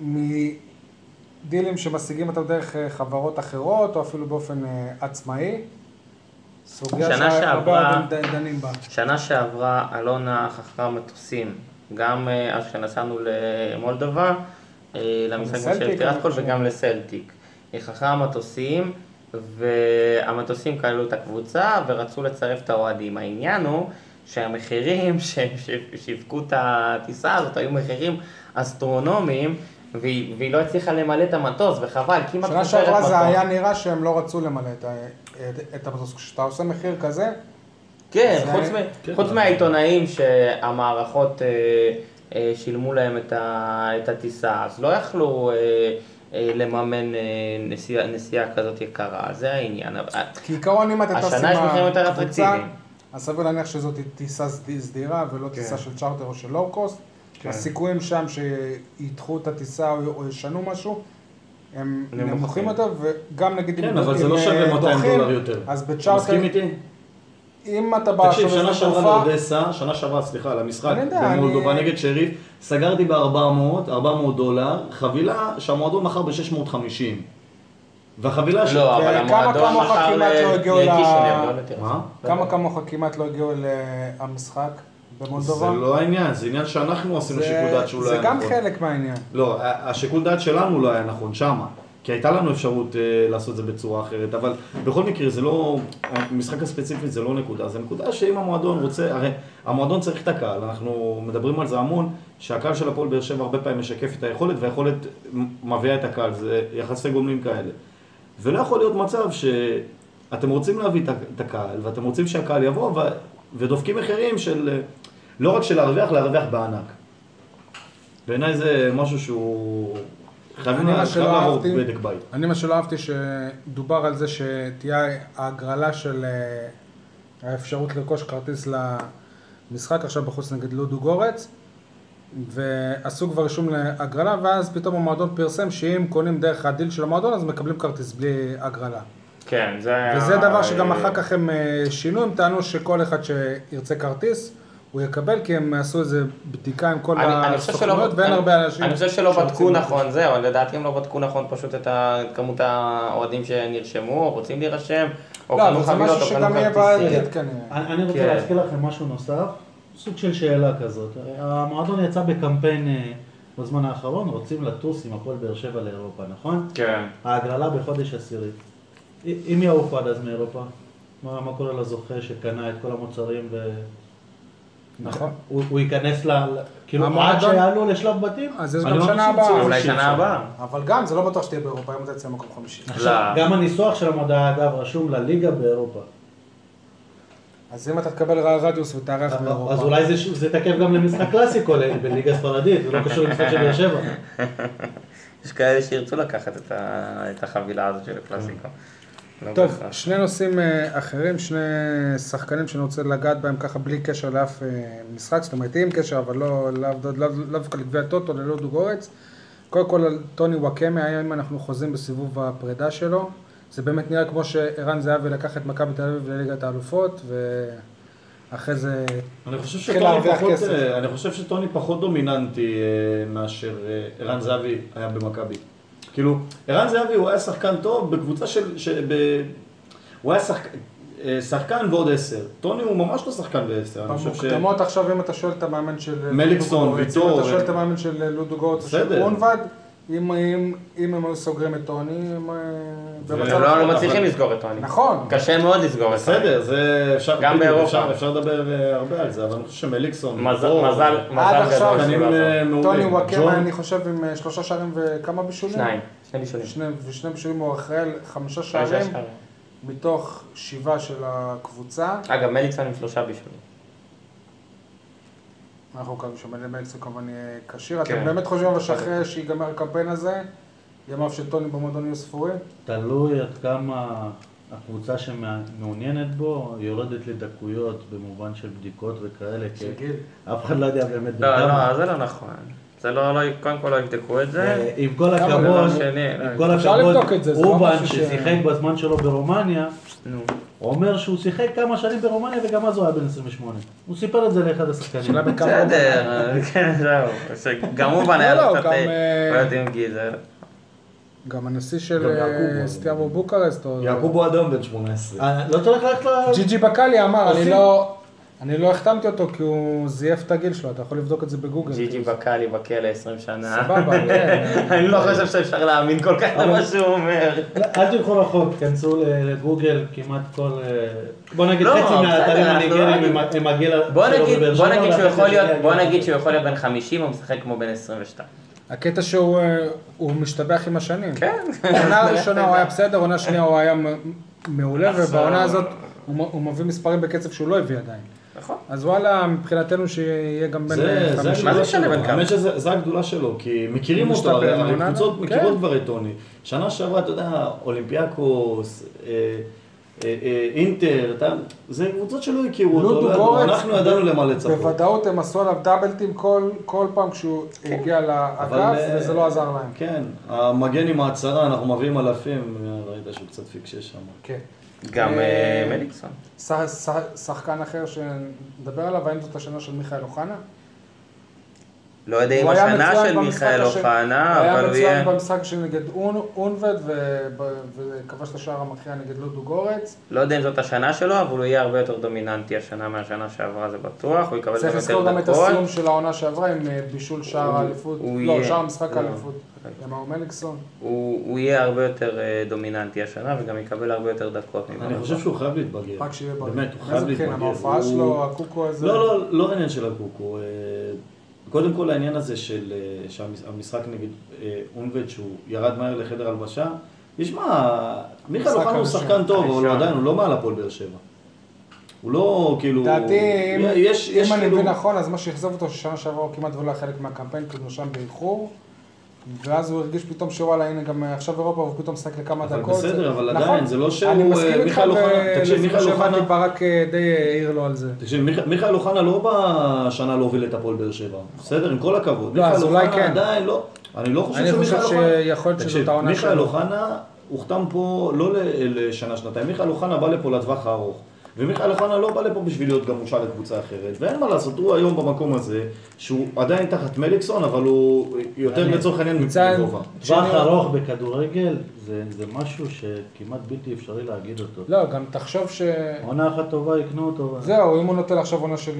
Speaker 2: מדילים שמשיגים אותם דרך אה, חברות אחרות, או אפילו באופן אה, עצמאי. סוגיה
Speaker 4: שנה
Speaker 2: שהרבה
Speaker 4: שעברה-
Speaker 2: אוהדים ד- דנים בה.
Speaker 4: [laughs] שנה שעברה אלונה חכרה מטוסים, גם אה, אז כשנסענו למולדובה, אה, למשחק של
Speaker 2: לסלטיק,
Speaker 4: פירטקול
Speaker 2: אני
Speaker 4: וגם לסלטיק. היא חכרה מטוסים, והמטוסים כללו את הקבוצה ורצו לצרף את האוהדים. העניין הוא שהמחירים [laughs] שהם ש- שיווקו את הטיסה הזאת היו מחירים אסטרונומיים. והיא, והיא לא הצליחה למלא את המטוס, וחבל, כי אם את
Speaker 2: שנה
Speaker 4: חופרת
Speaker 2: שעברה
Speaker 4: מטוס...
Speaker 2: זה היה נראה שהם לא רצו למלא את ה- את- את המטוס. כשאתה עושה מחיר כזה,
Speaker 4: כן,
Speaker 2: זה-
Speaker 4: חוץ, מ...
Speaker 5: כן,
Speaker 4: חוץ
Speaker 5: אבל-
Speaker 4: מהעיתונאים שהמערכות אה, אה, שילמו להם את, ה... את הטיסה, אז לא יכלו אה, אה, לממן אה, נסיעה, נסיעה כזאת יקרה, זה העניין. אבל-
Speaker 2: כעיקרון אם אתה
Speaker 4: השנה
Speaker 2: טס עם
Speaker 4: יש מחירים יותר
Speaker 2: הקבוצה,
Speaker 4: אטרקטיביים.
Speaker 2: אז סביר להניח שזאת טיסה סד- סדירה ולא
Speaker 5: כן.
Speaker 2: טיסה של צ'רטר או של לואו קוסט. הסיכויים שם שידחו את הטיסה או או ישנו משהו, הם
Speaker 4: נמוכים.
Speaker 2: נמוכים יותר, וגם נגיד אם
Speaker 5: כן, אבל זה
Speaker 2: אם,
Speaker 5: לא שווה
Speaker 2: אה,
Speaker 5: 200
Speaker 2: דוחים,
Speaker 5: דולר יותר.
Speaker 2: אז
Speaker 5: אתה מסכים
Speaker 2: בצ'רטר,
Speaker 5: איתי?
Speaker 2: אם אתה בא
Speaker 5: תקשיב,
Speaker 2: עכשיו
Speaker 5: שנה
Speaker 2: לשדה
Speaker 5: שעברה לא
Speaker 2: תעופה,
Speaker 5: לאודסה, שנה שעברה, סליחה, למשחק
Speaker 2: אני יודע,
Speaker 5: במולדובה
Speaker 2: אני-
Speaker 5: נגד שריף, סגרתי ב-400, 400 דולר, חבילה שהמועדון מכר ב-650. והחבילה ש...
Speaker 2: אה,
Speaker 4: לא, אבל
Speaker 2: וכמה
Speaker 4: המועדון אה,
Speaker 2: כמוך
Speaker 4: מכר
Speaker 2: כמעט לא
Speaker 4: ל-
Speaker 2: הגיעו ל-
Speaker 4: לקישינב, לא לטירס.
Speaker 5: מה?
Speaker 2: כמה כמוך כמעט לא הגיעו למשחק
Speaker 5: זה
Speaker 2: במולדובה?
Speaker 5: לא העניין, זה עניין שאנחנו עשינו שיקול דעת שהוא לא
Speaker 2: זה
Speaker 5: היה
Speaker 2: גם
Speaker 5: נכון.
Speaker 2: חלק מהעניין.
Speaker 5: לא, ה- השיקול דעת שלנו לא היה נכון שמה. כי הייתה לנו אפשרות אה, לעשות את זה בצורה אחרת, אבל בכל מקרה זה לא, המשחק הספציפי זה לא נקודה, זה נקודה שאם המועדון רוצה, הרי המועדון צריך את הקהל, אנחנו מדברים על זה המון, שהקהל של הפועל באר שבע הרבה פעמים משקף את היכולת, והיכולת מביאה את הקהל, זה יחסי גומלין כאלה. ולא יכול להיות מצב שאתם רוצים להביא את ה- את הקהל, ואתם רוצים שהקהל יבוא, ו... ודופקים מחירים של, לא רק של להרוויח, להרוויח בענק. בעיניי זה משהו שהוא... חייבים
Speaker 2: אני
Speaker 5: לה-
Speaker 2: מה
Speaker 5: חייב
Speaker 2: שלא
Speaker 5: לעבור
Speaker 2: אהבתי,
Speaker 5: בדק בית.
Speaker 2: אני מה שלא אהבתי שדובר על זה שתהיה ההגרלה של אה, האפשרות לרכוש כרטיס למשחק עכשיו בחוץ נגד לודו גורץ ועשו כבר רישום להגרלה ואז פתאום המועדון פרסם שאם קונים דרך הדיל של המועדון אז מקבלים כרטיס בלי הגרלה.
Speaker 4: כן, זה היה...
Speaker 2: וזה דבר שגם
Speaker 4: אה,
Speaker 2: אחר כך הם אה, שינו, הם טענו שכל אחד שירצה כרטיס הוא יקבל כי הם עשו איזה בדיקה עם כל
Speaker 4: אני- אני חושב שלא-
Speaker 2: הסוכנות ואין
Speaker 4: אני-
Speaker 2: הרבה אנשים
Speaker 4: אני חושב שלא
Speaker 2: שרוצים
Speaker 4: בדקו
Speaker 2: לרכוש.
Speaker 4: נכון, זהו, לדעתי הם לא בדקו נכון פשוט את ה- את כמות האוהדים שנרשמו, או רוצים להירשם, או
Speaker 2: לא,
Speaker 4: קנו
Speaker 2: אבל זה
Speaker 4: חבילות,
Speaker 2: משהו
Speaker 4: או
Speaker 2: שגם יהיה
Speaker 4: קנו כרטיסים.
Speaker 2: בעתיד כנראה.
Speaker 3: אני אני רוצה
Speaker 4: כן.
Speaker 3: להזכיר לכם משהו נוסף, סוג של שאלה כזאת. המועדון יצא בקמפיין אה, בזמן האחרון, רוצים לטוס עם הפועל באר שבע לאירופה, נכון?
Speaker 4: כן.
Speaker 3: ההגרלה בחודש עשירי. אם אם יעוף עד אז מאירופה, מה, מה קורה לזוכה שקנה את כל המוצרים ו...
Speaker 2: נכון.
Speaker 3: הוא, הוא ייכנס ל... ל- כאילו, עד
Speaker 2: המועדון-
Speaker 3: שיעלו לשלב בתים?
Speaker 2: אז יש
Speaker 3: אני
Speaker 2: גם
Speaker 3: לא
Speaker 2: שנה
Speaker 3: חושב
Speaker 2: הבאה.
Speaker 3: שיצאו
Speaker 4: אה, אולי
Speaker 3: שיר
Speaker 4: שנה
Speaker 3: שם.
Speaker 4: הבאה.
Speaker 2: אבל גם, זה לא בטוח שתהיה באירופה, אם אתה יוצא מקום חמישי.
Speaker 3: נכון.
Speaker 4: לא.
Speaker 3: גם הניסוח של המודעה, אגב, רשום לליגה באירופה.
Speaker 2: אז אם אתה תקבל רע רדיוס ותארח באירופה.
Speaker 3: אז אולי זה, ש- זה תקף גם למשחק קלאסיקו ל- בליגה ספרדית, זה לא קשור למשחק של באר שבע.
Speaker 4: יש כאלה שירצו לקחת את ה- את החבילה הזאת של הקלאסיקו. לא
Speaker 2: טוב,
Speaker 4: בהכרח.
Speaker 2: שני נושאים אה, אחרים, שני שחקנים שאני רוצה לגעת בהם ככה בלי קשר לאף אה, משחק, זאת אומרת עם קשר, אבל לא לאו דו- לאו- לאו דווקא לגביע טוטו, ללא דוגורץ. קודם כל על טוני וואקמה, היום אנחנו חוזים בסיבוב הפרידה שלו. זה באמת נראה כמו שערן זהבי לקח את מכבי תל אביב לליגת האלופות, ואחרי זה...
Speaker 5: אני חושב
Speaker 2: התחיל
Speaker 5: שטוני
Speaker 2: כן, להרוויח
Speaker 5: פחות,
Speaker 2: כסף.
Speaker 5: אה, אני חושב שטוני פחות דומיננטי אה, מאשר אה, ערן זהבי היה במכבי. כאילו, ערן זהבי הוא היה שחקן טוב בקבוצה של... ש- ב- הוא היה שחק- אה, שחקן ועוד עשר. טוני הוא ממש לא שחקן בעשר. אני חושב ש...
Speaker 2: במוקדמות עכשיו, אם אתה שואל את המאמן של...
Speaker 5: מליקסון,
Speaker 2: לודו גורץ, אם
Speaker 5: ויטור,
Speaker 2: אתה שואל
Speaker 5: אה.
Speaker 2: את המאמן של לודו גורץ, או של
Speaker 5: בסדר.
Speaker 2: גרונבד, אם, אם, אם הם היו סוגרים את טוני, הם... אה, במצב
Speaker 4: הם לא
Speaker 2: אחר.
Speaker 4: לא מצליחים לסגור את טוני.
Speaker 2: נכון.
Speaker 4: קשה מאוד לסגור את טוני.
Speaker 5: בסדר, זה אפשר,
Speaker 4: גם
Speaker 5: בדיוק,
Speaker 4: באירופה.
Speaker 5: אפשר, אפשר לדבר אה, הרבה על זה, אבל אני חושב שמליקסון,
Speaker 4: מזל
Speaker 5: אור,
Speaker 4: מזל
Speaker 2: עד
Speaker 4: מזל
Speaker 2: עכשיו
Speaker 4: גדול.
Speaker 5: שחקנים
Speaker 4: שהוא לא עזב.
Speaker 5: אה,
Speaker 2: טוני
Speaker 5: מעולים,
Speaker 2: וואקמה,
Speaker 5: ג'ון,
Speaker 2: אני חושב, עם אה, שלושה שערים וכמה בישולים?
Speaker 4: שניים, שני בישולים.
Speaker 2: שני, ושני בישולים הוא אחראי על חמישה
Speaker 4: חמישה
Speaker 2: שערים
Speaker 4: שערים.
Speaker 2: מתוך שבעה של הקבוצה.
Speaker 4: אגב, מליקסון עם שלושה בישולים.
Speaker 2: אנחנו מקווים שמליקסון כמובן יהיה כשיר. אתם
Speaker 4: כן.
Speaker 2: באמת חושבים אבל שאחרי שיגמר הקמפיין הזה, ימיו של טוני במועדון יהיו ספורים?
Speaker 3: תלוי עד כמה הקבוצה שמעוניינת בו יורדת לדקויות במובן של בדיקות וכאלה, כי
Speaker 2: של גיל.
Speaker 3: אף אחד לא יודע באמת
Speaker 4: לא,
Speaker 3: בכמה.
Speaker 4: לא, זה לא נכון. זה לא, לא- קודם כל לא יבדקו את זה.
Speaker 3: אה, עם כל
Speaker 2: כמה?
Speaker 3: הכבוד,
Speaker 4: דבר שני, לא,
Speaker 3: עם כל
Speaker 2: אפשר
Speaker 3: הכבוד,
Speaker 2: לבדוק את זה, זה לא
Speaker 3: אובן
Speaker 2: משהו ש-
Speaker 3: ששיחק בזמן שלו ברומניה,
Speaker 4: נו.
Speaker 3: אומר שהוא שיחק כמה שנים ברומניה וגם אז הוא היה בן 28. הוא סיפר את זה לאחד השחקנים.
Speaker 2: שאלה בכמה הוא-
Speaker 4: בסדר, [laughs] כן, זהו. שגם הוא בנה
Speaker 2: לא,
Speaker 4: לו
Speaker 2: לא,
Speaker 4: קצת...
Speaker 2: גם,
Speaker 4: אה,
Speaker 2: אה,
Speaker 4: לא יודעים גיל, זה...
Speaker 2: גם הנשיא
Speaker 5: גם
Speaker 2: של
Speaker 5: יעקובו.
Speaker 2: אה, סטיאבו בוקרסט, או...
Speaker 5: יעקובו עד היום בן 18.
Speaker 3: אה, לא צריך ללכת ל...
Speaker 2: ג'י ג'י בקאלי אמר, אני
Speaker 3: עושים-
Speaker 2: לא... אני לא החתמתי אותו כי הוא זייף את הגיל שלו, אתה יכול לבדוק את זה בגוגל. כאילו,
Speaker 4: ג'י ג'י בקאלי בכלא 20 שנה.
Speaker 2: סבבה, כן.
Speaker 4: [laughs] אני לא חושב שאפשר להאמין כל כך למה שהוא אומר.
Speaker 3: אל תלכו רחוק, כנסו לגוגל כמעט כל... אה, בוא נגיד
Speaker 4: לא,
Speaker 3: חצי
Speaker 4: בסדר,
Speaker 3: מהאתרים
Speaker 4: אנחנו לא
Speaker 3: הניגרים
Speaker 4: נגיד-
Speaker 3: עם ה- עם הגיל שלו
Speaker 4: בוא נגיד,
Speaker 3: בבאר
Speaker 4: בוא
Speaker 3: שבע,
Speaker 4: נגיד שהוא
Speaker 3: והחצי
Speaker 4: יכול להיות,
Speaker 3: השני
Speaker 4: בוא
Speaker 3: הגיל
Speaker 4: נגיד
Speaker 3: שלו.
Speaker 4: שהוא יכול להיות בן 50, הוא משחק כמו בן 22.
Speaker 2: הקטע שהוא אה, הוא משתבח עם השנים.
Speaker 4: כן.
Speaker 2: עונה
Speaker 4: [laughs]
Speaker 2: ראשונה הוא היה בסדר, עונה שנייה הוא היה מ- מעולה,
Speaker 4: עכשיו-
Speaker 2: ובעונה הזאת הוא מ- הוא מביא מספרים בקצב שהוא לא הביא עדיין.
Speaker 4: נכון.
Speaker 2: אז וואלה, מבחינתנו שיהיה גם בין
Speaker 5: זה, זה
Speaker 2: חמישים.
Speaker 4: מה זה
Speaker 5: הגדולה
Speaker 4: משנה
Speaker 5: שלו,
Speaker 4: בין כמה?
Speaker 5: האמת שזה זה הגדולה שלו, כי מכירים
Speaker 2: הוא
Speaker 5: אותו,
Speaker 2: משתפר,
Speaker 5: הרי הרי
Speaker 2: רעננה?
Speaker 5: קבוצות
Speaker 2: כן.
Speaker 5: מכירות כבר את טוני. שנה שעברה, אתה יודע, אולימפיאקוס, אה, אה, אה, אינטר, אתה- זה קבוצות שלא הכירו אותו, לא
Speaker 2: לודו
Speaker 5: ידעו.
Speaker 2: גורץ,
Speaker 5: אנחנו ידענו למה לצפות.
Speaker 2: בוודאות הם עשו עליו דאבלטים כל- כל פעם כשהוא
Speaker 4: כן.
Speaker 2: הגיע לאגף,
Speaker 5: אבל, אה,
Speaker 2: וזה לא עזר להם.
Speaker 5: כן, המגן עם ההצהרה, אנחנו מביאים אלפים, אה, ראית שהוא קצת פיקשש שם.
Speaker 2: כן.
Speaker 4: גם
Speaker 2: אה,
Speaker 4: אה, מליקסון.
Speaker 2: ש- ש- שחקן אחר שנדבר עליו, האם זאת השנה של מיכאל אוחנה?
Speaker 4: לא יודע אם
Speaker 2: הוא היה
Speaker 4: השנה
Speaker 2: מצוין
Speaker 4: של
Speaker 2: במשחק
Speaker 4: מיכאל
Speaker 2: השני-
Speaker 4: אוחנה, אבל הוא
Speaker 2: היה
Speaker 4: יהיה...
Speaker 2: מצוין במשחק השני נגד און- אונבד, וב- וכבש את השער המכריע נגד לודו גורץ.
Speaker 4: לא יודע אם זאת השנה שלו, אבל הוא יהיה הרבה יותר דומיננטי השנה מהשנה שעברה, זה בטוח. הוא יקבל גם
Speaker 2: צריך לזכור
Speaker 4: יותר
Speaker 2: גם את
Speaker 4: דקות.
Speaker 2: הסיום של העונה שעברה עם אה, בישול שער האליפות,
Speaker 4: הוא
Speaker 2: לא,
Speaker 4: יהיה.
Speaker 2: שער משחק
Speaker 4: לא.
Speaker 2: האליפות, למר מליקסון.
Speaker 4: הוא הוא יהיה הרבה יותר אה, דומיננטי השנה, וגם יקבל הרבה יותר דקות ממנו.
Speaker 5: אני חושב שהוא חייב להתבגר.
Speaker 2: כן, רק שיהיה בריא.
Speaker 5: באמת, הוא
Speaker 2: איזה
Speaker 5: חייב להתבגר.
Speaker 2: בחינה, מההופעה
Speaker 5: הוא-
Speaker 2: שלו, הקוקו הזה.
Speaker 5: לא, לא, לא העניין של הקוקו. אה, קודם כל העניין הזה של אה, שהמשחק נגד אה, אונבד, שהוא ירד מהר לחדר הלבשה, תשמע, מיכאל
Speaker 6: משחק
Speaker 5: אוחנה הוא
Speaker 6: הראשון.
Speaker 5: שחקן טוב, אבל הוא
Speaker 4: הראשון.
Speaker 5: עדיין, הוא לא מעל הפועל באר שבע. הוא לא כאילו...
Speaker 2: לדעתי, אם-
Speaker 5: יש, יש
Speaker 2: אם אני מבין
Speaker 5: כאילו...
Speaker 2: נכון, אז מה שאכזב אותו ששנה שעברה הוא כמעט ולא היה חלק מהקמפיין, כי הוא נרשם באיחור. ואז הוא הרגיש פתאום שוואלה, הנה גם אה, עכשיו אירופה, והוא פתאום משחק לכמה
Speaker 5: אבל
Speaker 2: דקות.
Speaker 5: בסדר, אבל
Speaker 2: נכון.
Speaker 5: עדיין, זה לא שהוא,
Speaker 2: אני
Speaker 5: אה,
Speaker 2: מסכים איתך,
Speaker 5: מיכאל אוחנה-
Speaker 2: ולפי
Speaker 5: תקשיב,
Speaker 2: מה
Speaker 5: מיכאל אוחנה-
Speaker 2: שהבנתי ברק אה, די העיר לו על זה.
Speaker 5: תקשיב, מיכ- מיכאל אוחנה לא בשנה להוביל את הפועל באר שבע, בסדר? עם כל הכבוד.
Speaker 2: לא,
Speaker 5: מיכאל
Speaker 2: אז אולי
Speaker 5: אוחנה
Speaker 2: כן.
Speaker 5: עדיין לא, אני לא חושב
Speaker 2: אני
Speaker 5: שמיכאל
Speaker 2: חושב
Speaker 5: אוחנה...
Speaker 2: שיכול להיות שזאת
Speaker 5: תקשיב,
Speaker 2: העונה
Speaker 5: מיכאל
Speaker 2: שלו.
Speaker 5: אוחנה הוחתם פה לא ל- לשנה-שנתיים, מיכאל אוחנה בא לפה לטווח הארוך. ומיכאל אוחנה לא בא לפה בשביל להיות גמושה לקבוצה אחרת, ואין מה לעשות, הוא היום במקום הזה, שהוא עדיין תחת מליקסון, אבל הוא יותר
Speaker 3: אני-
Speaker 5: לצורך העניין
Speaker 2: ניצן,
Speaker 5: מגובה.
Speaker 3: טווח ארוך בכדורגל זה, זה משהו שכמעט בלתי אפשרי להגיד אותו.
Speaker 2: לא, גם תחשוב ש...
Speaker 3: עונה אחת טובה, יקנו אותו.
Speaker 2: זהו, אם הוא נותן עכשיו עונה של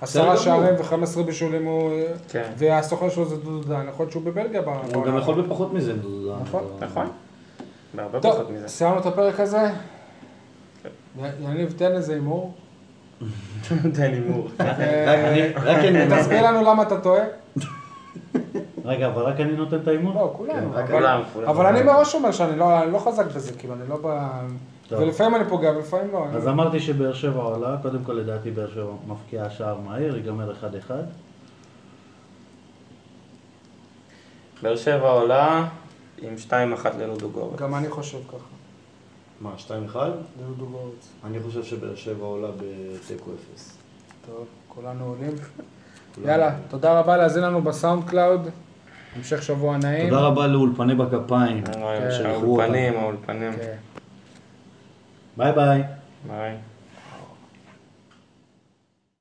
Speaker 2: עשרה
Speaker 5: בסדר גמור.
Speaker 2: שערים וחמש עשרה בישולים, הוא...
Speaker 4: כן.
Speaker 2: והסוכן שלו זה דודו דן, יכול להיות שהוא בבלגיה בעונה.
Speaker 5: הוא גם יכול בפחות מזה, דודו.
Speaker 2: נכון.
Speaker 5: אבל-
Speaker 4: נכון? בהרבה פחות
Speaker 2: טוב,
Speaker 4: מזה. [laughs]
Speaker 2: סיימנו את הפרק הזה. י- יניב, תן איזה הימור.
Speaker 4: תן הימור.
Speaker 5: רק
Speaker 2: אה,
Speaker 5: אני- רק אני...
Speaker 2: תסביר לנו למה אתה טועה.
Speaker 3: רגע, אבל רק אני נותן את ההימור?
Speaker 2: לא, כולנו.
Speaker 5: רק
Speaker 2: אבל-
Speaker 4: כולם, כולם.
Speaker 2: אבל אני מראש אומר שאני לא- אני לא חזק בזה, כאילו, אני לא ב...
Speaker 3: טוב.
Speaker 2: ולפעמים אני פוגע ולפעמים לא.
Speaker 3: אז אמרתי שבאר שבע עולה, קודם כל לדעתי באר שבע מפקיעה שער מהיר, ייגמר 1-1.
Speaker 4: באר שבע עולה עם 2-1 ללודו גורן.
Speaker 2: גם אני חושב ככה.
Speaker 5: מה, 2-1?
Speaker 2: דודו גורץ.
Speaker 5: אני חושב שבאר שבע עולה בתיקו אפס.
Speaker 2: טוב, כולנו עולים. יאללה, תודה רבה להאזין לנו בסאונד קלאוד. המשך שבוע נעים.
Speaker 5: תודה רבה לאולפני בכפיים.
Speaker 4: אני רואה,
Speaker 2: כן.
Speaker 4: האולפנים, האולפנים.
Speaker 2: כן.
Speaker 3: ביי ביי.
Speaker 4: ביי.